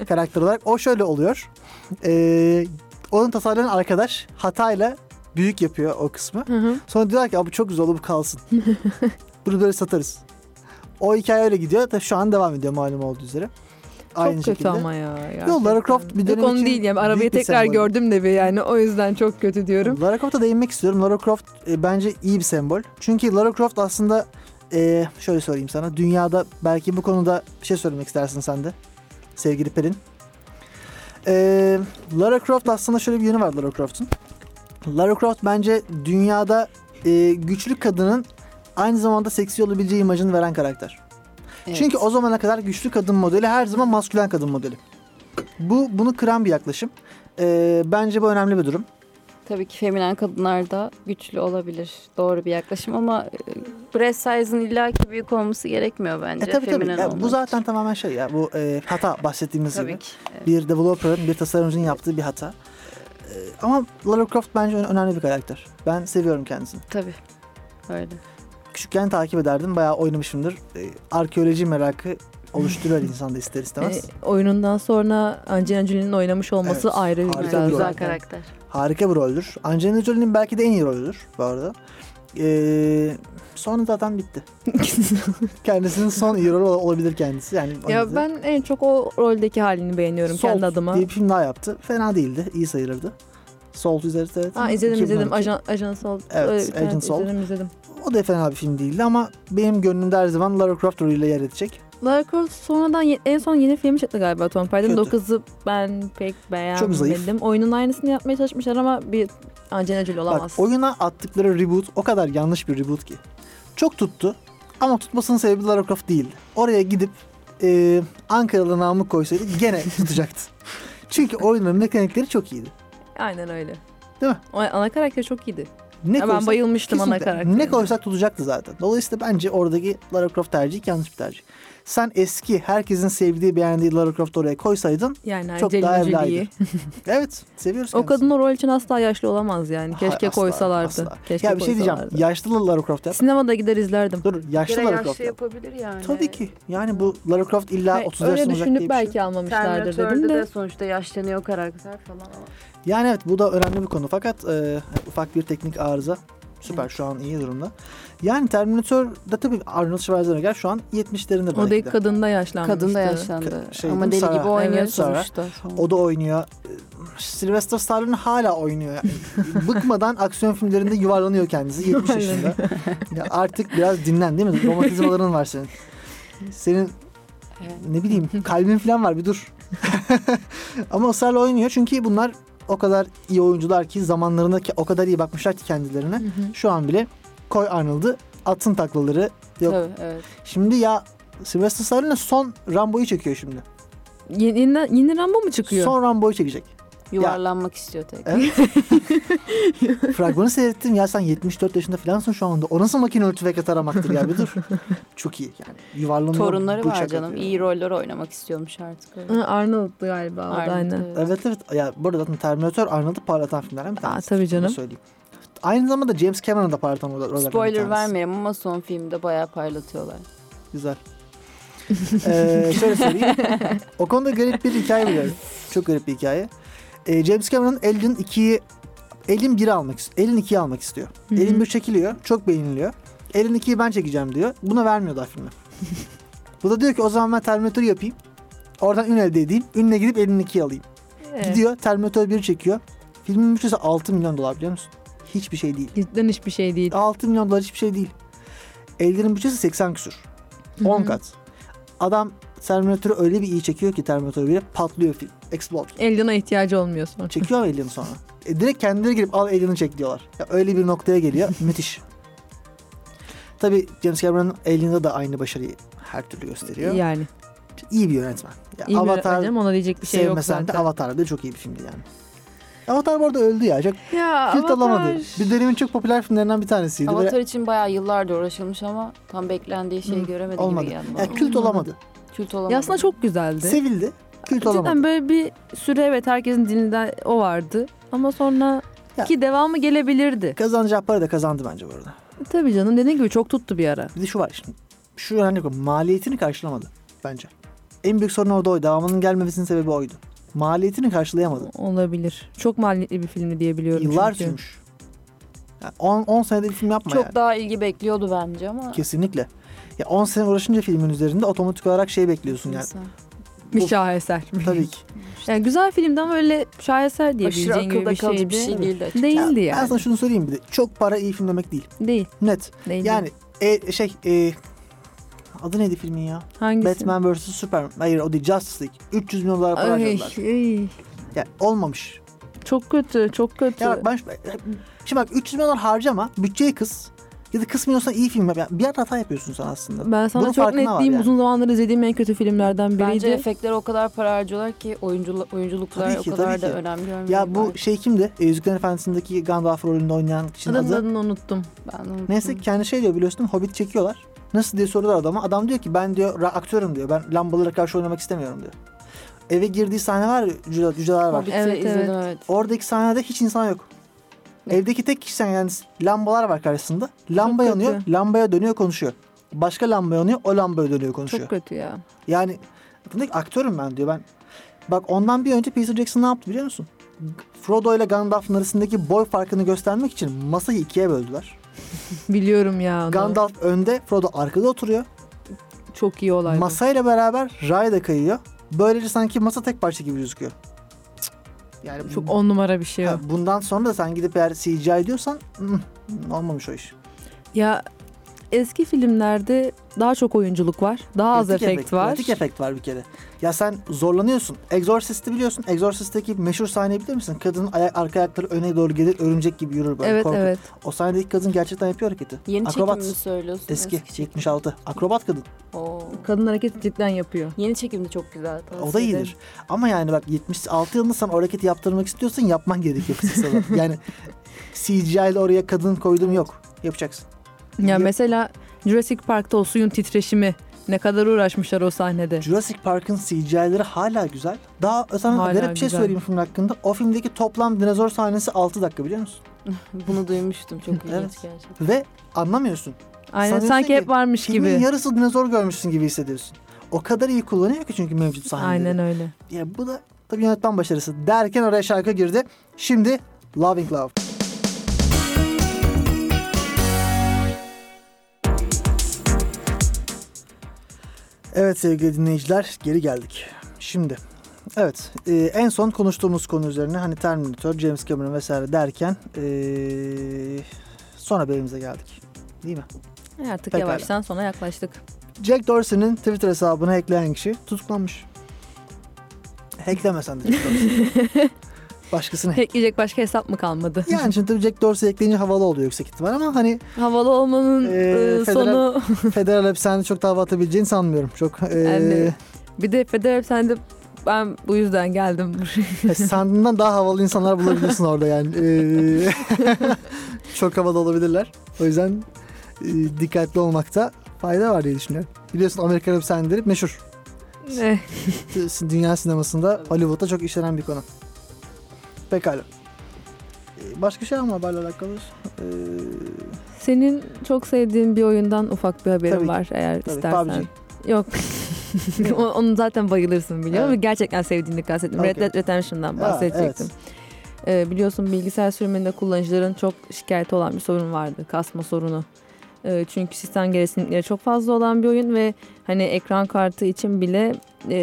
S3: karakter olarak. O şöyle oluyor. E, onun tasarlayan arkadaş hatayla büyük yapıyor o kısmı.
S4: Hı hı.
S3: Sonra diyorlar ki abi çok güzel oldu bu kalsın. Bunu böyle satarız. O hikaye öyle gidiyor. Tabii şu an devam ediyor malum olduğu üzere.
S4: Çok kötü ama ya. gerçekten.
S3: Lara Croft bir
S4: Yok,
S3: dönem
S4: onu
S3: için
S4: değil yani arabayı
S3: büyük bir
S4: tekrar
S3: sembol.
S4: gördüm de bir yani o yüzden çok kötü diyorum.
S3: Lara Croft'a değinmek istiyorum. Lara Croft e, bence iyi bir sembol. Çünkü Lara Croft aslında e, şöyle söyleyeyim sana. Dünyada belki bu konuda bir şey söylemek istersin sen de. Sevgili Pelin. E, Lara Croft aslında şöyle bir yönü var Lara Croft'un. Lara Croft bence dünyada e, güçlü kadının aynı zamanda seksi olabileceği imajını veren karakter. Çünkü o zamana kadar güçlü kadın modeli her zaman maskülen kadın modeli. Bu bunu kıran bir yaklaşım. Ee, bence bu E, önemli bir durum.
S2: Tabii ki feminen kadınlar da güçlü olabilir. Doğru bir yaklaşım ama e, breast size'ın illaki büyük olması gerekmiyor bence.
S3: E tabii tabii.
S2: feminen
S3: Ya
S2: olmak
S3: bu
S2: için.
S3: zaten tamamen şey ya bu e, hata bahsettiğimiz gibi.
S2: tabii ki. Evet.
S3: Bir developer'ın, bir tasarımcının yaptığı bir hata. E, ama Lara Croft bence ön- önemli bir karakter. Ben seviyorum kendisini.
S2: Tabii. Öyle.
S3: Küçükken takip ederdim. Bayağı oynamışımdır. E, arkeoloji merakı oluşturuyor insanda ister istemez.
S4: E, oyunundan sonra Angelina Jolie'nin oynamış olması
S3: Evet,
S4: ayrı
S3: harika
S2: Güzel,
S4: güzel.
S3: bir rol.
S2: güzel
S3: zaten.
S2: karakter.
S3: Harika bir roldür. Angelina Jolie'nin belki de en iyi rolüdür bu arada. E, sonra zaten bitti. Kendisinin son iyi rolü ol- olabilir kendisi. Yani oynadı.
S4: Ya ben en çok o roldeki halini beğeniyorum
S3: Salt
S4: kendi adıma.
S3: diye bir film daha yaptı. Fena değildi. iyi sayılırdı. Salt üzeri evet.
S4: Ha izledim
S3: 2012.
S4: izledim. Ajan, Ajan Salt.
S3: Evet,
S4: Öyle bir tane
S3: Agent Salt.
S4: izledim, izledim.
S3: O da fena bir film değildi ama benim gönlümde her zaman Lara Croft rolüyle yer edecek.
S4: Lara Croft sonradan ye- en son yeni filmi çıktı galiba Tom Hardy'nin.
S3: Kötü.
S4: 9'u ben pek beğenmedim.
S3: zayıf.
S4: Oyunun aynısını yapmaya çalışmışlar ama bir Angelina Jolie olamaz.
S3: Bak oyuna attıkları reboot o kadar yanlış bir reboot ki. Çok tuttu ama tutmasının sebebi Lara Croft değildi. Oraya gidip e, Ankaralı namık koysaydı gene tutacaktı. Çünkü oyunun mekanikleri çok iyiydi.
S4: Aynen öyle.
S3: Değil mi?
S4: O ana karakter çok iyiydi.
S3: Ne
S4: Ya ben
S3: koysak-
S4: bayılmıştım ana
S3: Kesinlikle.
S4: karakterine.
S3: Ne koysak tutacaktı zaten. Dolayısıyla bence oradaki Lara Croft tercih yanlış bir tercih. Sen eski herkesin sevdiği beğendiği Lara Croft'u oraya koysaydın
S4: Yani
S3: çok
S4: Angelina
S3: daha
S4: Jolie'yi.
S3: evlaydı. evet seviyoruz
S4: O
S3: kendisini.
S4: kadın o rol için asla yaşlı olamaz yani.
S3: Hayır,
S4: Keşke
S3: asla,
S4: koysalardı.
S3: asla.
S4: Keşke
S3: ya bir şey diyeceğim.
S4: koysalardı.
S3: Yaşlı Lara Croft yap.
S4: Sinemada gider izlerdim.
S3: Dur yaşlı
S2: Yine
S3: Lara Croft
S2: yaşlı
S3: yap.
S2: yapabilir yani.
S3: Tabii ki. Yani bu Lara Croft illa
S4: Hayır,
S3: 30
S4: öyle
S3: yaşında olacak diye bir
S4: düşünüp
S3: şey.
S4: belki
S3: yok.
S4: almamışlardır dedim
S2: Terminatör'de
S4: de.
S2: de sonuçta yaşlanıyor karakter falan ama.
S3: Yani evet bu da önemli bir konu. Fakat e, ufak bir teknik arıza. Süper şu an iyi durumda. Yani Terminator'da tabii Arnold Schwarzenegger şu an 70'lerinde belki
S4: Oradaki
S3: de.
S4: kadın da yaşlanmıştı.
S2: Kadın da yaşlandı.
S3: Ka- şey,
S2: ama deli
S3: Sarah.
S2: gibi oynuyor
S4: Evet,
S3: Sarah.
S2: sonuçta.
S3: O da oynuyor. Ee, Sylvester Stallone hala oynuyor. Yani Bıkmadan aksiyon filmlerinde yuvarlanıyor kendisi 70 yaşında. Ya artık biraz dinlen değil mi? Romatizmaların var senin. Senin
S2: Evet.
S3: ne bileyim kalbin falan var bir dur. Ama ısrarla oynuyor çünkü bunlar o kadar iyi oyuncular ki zamanlarında ki o kadar iyi bakmışlar ki kendilerine. Şu an bile koy Arnold'u atın taklaları. Yok.
S2: Tabii, evet.
S3: Şimdi ya Sylvester Stallone son Rambo'yu çekiyor şimdi.
S4: Yeni, yeni, yeni Rambo mu çıkıyor?
S3: Son Rambo'yu çekecek.
S2: Yuvarlanmak istiyor tek.
S3: Fragmanı seyrettim ya sen 74 yaşında filansın şu anda. O nasıl makine örtü ve ataramaktır ya bir dur. Çok iyi yani. Yuvarlanıyor.
S2: Torunları var
S3: bıçak
S2: canım.
S3: atıyor.
S2: İyi roller oynamak istiyormuş artık. öyle.
S4: Ha, Arnold'du galiba o da
S2: Arnold,
S4: aynen.
S2: evet.
S3: Evet evet. Ya bu arada zaten Terminator Arnold'u parlatan filmlerden bir
S4: Aa,
S3: tanesi.
S4: tabii
S3: Bunu
S4: canım.
S3: söyleyeyim. Aynı zamanda James Cameron'ı da parlatan roller- rollerden bir
S2: Spoiler
S3: tanesi.
S2: vermeyeyim ama son filmde bayağı parlatıyorlar.
S3: Güzel. Ee, şöyle söyleyeyim. O konuda garip bir hikaye biliyorum. Çok garip bir hikaye. Ee, James Cameron Alien 2'yi Alien 1'i almak istiyor. Alien 2'yi almak istiyor.
S4: Hı hı.
S3: Alien 1 çekiliyor. Çok beğeniliyor. Alien 2'yi ben çekeceğim diyor. Buna vermiyor daha filmi. Bu da diyor ki o zaman ben Terminator yapayım. Oradan ün elde edeyim. Ünle gidip Alien 2'yi alayım.
S4: Evet.
S3: Gidiyor Terminator 1'i çekiyor. Filmin bütçesi 6 milyon dolar biliyor musun? Hiçbir şey değil.
S4: Cidden hiçbir şey değil.
S3: 6 milyon dolar hiçbir şey değil. Ellerin bütçesi 80 küsür. 10
S4: Hı hı.
S3: kat. Adam Terminator'ı öyle bir iyi çekiyor ki Terminator bile patlıyor film. Explode.
S4: Eldiven'e ihtiyacı olmuyor sonra.
S3: Çekiyor ama Alien'ı sonra. E, direkt kendileri gelip al Alien'ı çek diyorlar. Ya, öyle bir noktaya geliyor. Müthiş. Tabii James Cameron Alien'da da aynı başarıyı her türlü gösteriyor.
S4: Yani.
S3: İyi bir yönetmen. Ya,
S4: İyi Avatar,
S3: Avatar
S4: bir ona diyecek bir şey yok
S3: sevmesen de
S4: zaten.
S3: Avatar da çok iyi bir filmdi yani. Avatar bu arada öldü ya. Çok
S4: ya
S3: tilt alamadı. Bir dönemin çok popüler filmlerinden bir tanesiydi. Böyle-
S2: Avatar için bayağı yıllardır uğraşılmış ama tam beklendiği şeyi
S3: Hı,
S2: göremedi
S3: olmadı.
S2: gibi geldi.
S3: Ya,
S2: bana.
S3: kült olamadı.
S2: Kült olamadı.
S4: Ya aslında çok güzeldi.
S3: Sevildi. Kült
S4: Cidden
S3: olamadı.
S4: böyle bir süre evet herkesin dilinde o vardı. Ama sonra
S3: Ya.
S4: ki devamı gelebilirdi.
S3: Kazanacağı para da kazandı bence bu arada.
S4: Tabii canım dediğin gibi çok tuttu bir ara.
S3: Bir de şu var şimdi. Şu önemli konu. Maliyetini karşılamadı bence. En büyük sorun orada oydu. Devamının gelmemesinin sebebi oydu. Maliyetini karşılayamadı.
S4: Olabilir. Çok maliyetli bir filmdi diye biliyorum.
S3: Yıllar
S4: çünkü.
S3: sürmüş. 10 senede bir film yapma
S2: Çok
S3: yani.
S2: daha ilgi bekliyordu bence ama.
S3: Kesinlikle. Ya 10 sene uğraşınca filmin üzerinde otomatik olarak şey bekliyorsun yani.
S2: Neyse.
S4: Bir şaheser.
S3: Tabii ki.
S4: Yani güzel filmdi ama öyle şaheser
S2: Aşırı
S4: diyebileceğin gibi
S2: akılda
S4: bir
S2: kalıcı
S4: şeydi.
S2: bir şey değildi açıkçası.
S3: Ya
S4: Değildi
S3: Ben
S4: yani.
S3: sana şunu söyleyeyim bir de. Çok para iyi film demek değil.
S4: Değil.
S3: Net.
S4: Değildi.
S3: Yani e, şey e, adı neydi filmin ya?
S4: hangisi?
S3: Batman vs. Superman. Hayır o değil. Justice League. 300 milyon dolar para
S4: Ay,
S3: harcadılar.
S4: ay.
S3: Yani olmamış.
S4: Çok kötü, çok kötü.
S3: Ya bak ben şimdi bak 300 milyon dolar harcama, bütçeyi kıs. Ya da kısmıyorsan iyi film yap. Yani bir yer hata yapıyorsun sen aslında.
S4: Ben sana
S3: Bunun
S4: çok
S3: farkına
S4: net
S3: var
S4: diyeyim
S3: yani.
S4: uzun zamandır izlediğim en kötü filmlerden biriydi.
S2: Bence efektlere o kadar para harcıyorlar ki oyuncul oyunculuklar
S3: Tabii ki,
S2: o kadar
S3: tabii
S2: da
S3: ki.
S2: önem görmüyorlar.
S3: Ya bu şey kimdi? E, Yüzüklerin Efendisi'ndeki Gandalf rolünde oynayan kişinin
S4: Adamın
S3: adı.
S4: adını unuttum.
S2: ben unuttum.
S3: Neyse kendi şey diyor biliyorsun Hobbit çekiyorlar. Nasıl diye sorular adama. Adam diyor ki ben diyor ra- aktörüm diyor. Ben lambalara karşı oynamak istemiyorum diyor. Eve girdiği sahne var ya cüce- cüceler var.
S2: Hobbit'i
S4: Evet,
S2: izledim,
S4: evet.
S2: evet.
S3: Oradaki sahnede hiç insan yok.
S2: Ne?
S3: Evdeki tek kişi sen yani lambalar var karşısında. Lamba
S4: Çok
S3: yanıyor,
S4: kötü.
S3: lambaya dönüyor konuşuyor. Başka lamba yanıyor, o lambaya dönüyor konuşuyor.
S4: Çok kötü ya.
S3: Yani bunda aktörüm ben diyor ben. Bak ondan bir önce Peter Jackson ne yaptı biliyor musun? Frodo ile Gandalf'ın arasındaki boy farkını göstermek için masayı ikiye böldüler.
S4: Biliyorum ya. onu.
S3: Gandalf önde, Frodo arkada oturuyor.
S4: çok iyi olay. bu.
S3: Masayla beraber Ray da kayıyor. Böylece sanki masa tek parça gibi gözüküyor. Hmm. Cık. Yani
S4: Çok on numara bir şey. o.
S3: Ha, bundan sonra da sen gidip eğer CGI diyorsan ıh, olmamış o iş.
S4: Ya eski filmlerde daha çok oyunculuk var. Daha az
S3: Pratik
S4: efekt, var.
S3: Pratik efekt var bir kere. Ya sen zorlanıyorsun. Exorcist'i biliyorsun. Exorcist'teki meşhur sahneyi bilir misin? Kadının ayak, arka ayakları öne doğru gelir, örümcek gibi yürür böyle.
S4: Evet
S3: korkunç.
S4: evet.
S3: O sahnedeki kadın gerçekten yapıyor hareketi.
S2: Yeni
S3: Akrobat.
S2: çekim mi söylüyorsun?
S3: Eski,
S2: çekim.
S3: 76. Akrobat kadın.
S2: Oo.
S4: Kadın hareket cidden yapıyor.
S2: Yeni çekim de çok güzel. tavsiye
S3: o da iyidir.
S2: ederim.
S3: Ama yani bak 76 yılında sen o hareketi yaptırmak istiyorsan yapman gerekiyor. sana. yani CGI ile oraya kadın koydum yok. Yapacaksın.
S4: Ya
S3: Ya-
S4: mesela Jurassic Park'ta o suyun titreşimi ne kadar uğraşmışlar o sahnede.
S3: Jurassic Park'ın CGI'leri hala güzel. Daha sana
S4: Hala
S3: garip bir şey
S4: güzel.
S3: söyleyeyim film hakkında. O filmdeki toplam dinozor sahnesi 6 dakika biliyor musun?
S2: Bunu duymuştum çok ilginç
S3: Evet.
S2: gerçekten.
S3: Ve anlamıyorsun.
S4: Aynen
S3: Sanıyorsun
S4: sanki
S3: ki
S4: hep varmış
S3: Filmin
S4: gibi.
S3: yarısı dinozor görmüşsün gibi hissediyorsun. O kadar iyi kullanıyor ki çünkü mevcut sahneleri.
S4: Aynen öyle.
S3: Ya bu da tabii yönetmen başarısı. Derken oraya şarkı girdi. Şimdi Loving Love. Evet sevgili dinleyiciler geri geldik. Şimdi evet e, en son konuştuğumuz konu üzerine hani Terminator, James Cameron vesaire derken e, son haberimize geldik. Değil mi?
S4: E Artık
S3: Pekala.
S4: yavaştan sona yaklaştık.
S3: Jack Dorsey'nin Twitter hesabını hackleyen kişi tutuklanmış. Hacklemesen de Jack Dorsey. Başkasını hack.
S4: Hackleyecek başka hesap mı kalmadı?
S3: Yani şimdi tabii Jack Dorsey ekleyince havalı oluyor yüksek ihtimal ama hani
S4: Havalı olmanın
S3: Ee,
S4: e,
S3: federal-
S4: sonu.
S3: federal hapishanede çok dava atabileceğini sanmıyorum. Çok e,
S4: Yani- bir de federal hapishanede ben bu yüzden geldim buraya.
S3: e, sandığından daha havalı insanlar bulabilirsin orada yani. E, çok havalı olabilirler. O yüzden e, dikkatli olmakta fayda var diye düşünüyorum. Biliyorsun Amerika hapishaneleri meşhur.
S4: Eh,
S3: dünya sinemasında Hollywood'da çok işlenen bir konu. Pekala. Ee, Başka şey var mı haberle alakalı? Ee,
S4: Senin çok sevdiğin bir oyundan ufak bir haberim
S3: Tabii ki,
S4: var eğer
S3: tabii,
S4: istersen.
S3: PUBG.
S4: Yok. O- Onu zaten bayılırsın biliyorum.
S3: Evet.
S4: Gerçekten sevdiğini kastettim.
S3: Okey.
S4: Red Dead Redemption'dan
S3: Ha,
S4: bahsedecektim. Ee, biliyorsun bilgisayar sürümünde kullanıcıların çok şikayeti olan bir sorun vardı. Kasma sorunu. Ee, çünkü sistem gereksinimleri çok fazla olan bir oyun ve hani ekran kartı için bile e,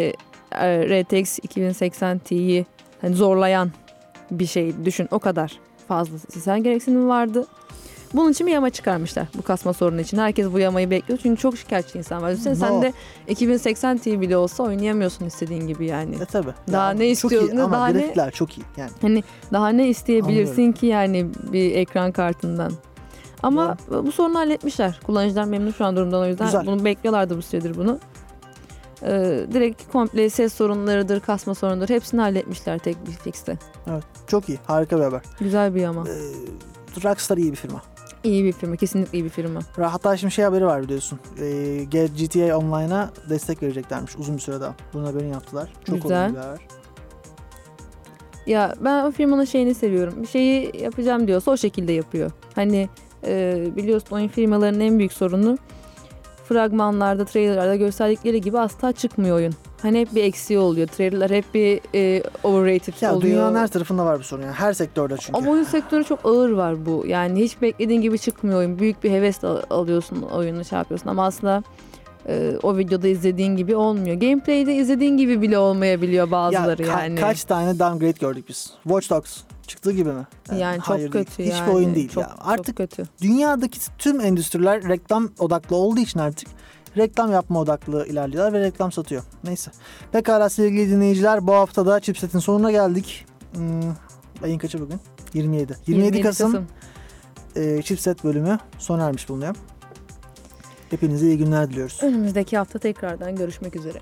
S4: e, RTX 2080 Ti'yi hani zorlayan bir şey düşün. O kadar fazla sistem gereksinimi vardı. Bunun için bir yama çıkarmışlar bu kasma sorunu için. Herkes bu yamayı bekliyor çünkü çok şikayetçi insan var. Düşünsene sen
S3: No.
S4: de 2080 Ti bile olsa oynayamıyorsun istediğin gibi yani.
S3: E tabi.
S4: Daha ne istiyorsun?
S3: Çok iyi ama
S4: Daha ne-
S3: grafikler çok iyi. Yani
S4: Daha ne isteyebilirsin
S3: Anlıyorum.
S4: ki yani bir ekran kartından? Ama bu sorunu halletmişler. Kullanıcılar memnun şu an durumdan o yüzden
S3: Güzel.
S4: bunu bekliyorlardı bu süredir bunu. Ee, direkt komple ses sorunlarıdır, kasma sorunudur hepsini halletmişler tek bir fixte.
S3: çok iyi. Harika bir haber.
S4: Güzel bir ama.
S3: Ee, Rockstar iyi bir firma.
S4: İyi bir firma, kesinlikle iyi bir firma.
S3: Hatta şimdi şey haberi var biliyorsun. Ee, GTA Online'a destek vereceklermiş uzun bir süre daha. Bunun haberini yaptılar. Çok
S4: Güzel.
S3: olumlu bir haber.
S4: Ya ben o firmanın şeyini seviyorum. Bir şeyi yapacağım diyorsa o şekilde yapıyor. Hani e, biliyorsun oyun firmalarının en büyük sorunu fragmanlarda, trailerlarda gösterdikleri gibi asla çıkmıyor oyun. Hani hep bir eksiği oluyor. Trailerler hep bir e, overrated
S3: Ya
S4: oluyor.
S3: dünyanın her tarafında var bu sorun. Yani her sektörde çünkü.
S4: Ama oyun sektörü çok ağır var bu. Yani hiç beklediğin gibi çıkmıyor oyun. Büyük bir hevesle al- alıyorsun oyunu şey yapıyorsun ama aslında e, o videoda izlediğin gibi olmuyor. Gameplay'de izlediğin gibi bile olmayabiliyor bazıları
S3: ka-
S4: yani.
S3: Kaç tane downgrade gördük biz? Watch Dogs çıktığı gibi mi?
S4: yani çok
S3: hayır değil.
S4: kötü
S3: Hiçbir
S4: yani.
S3: oyun değil
S4: Çok-
S3: ya. Artık
S4: çok kötü.
S3: dünyadaki tüm endüstriler reklam odaklı olduğu için artık reklam yapma odaklı ilerliyorlar ve reklam satıyor. Neyse. Pekala sevgili dinleyiciler bu hafta da Chipset'in sonuna geldik. Hmm, ayın kaçı bugün? 27. 27, Kasım, e, chipset bölümü sona ermiş bulunuyor. Hepinize iyi günler diliyoruz.
S4: Önümüzdeki hafta tekrardan görüşmek üzere.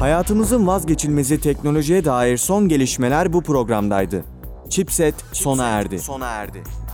S1: Hayatımızın vazgeçilmezi teknolojiye dair son gelişmeler bu programdaydı. Chipset sona erdi. Sona erdi.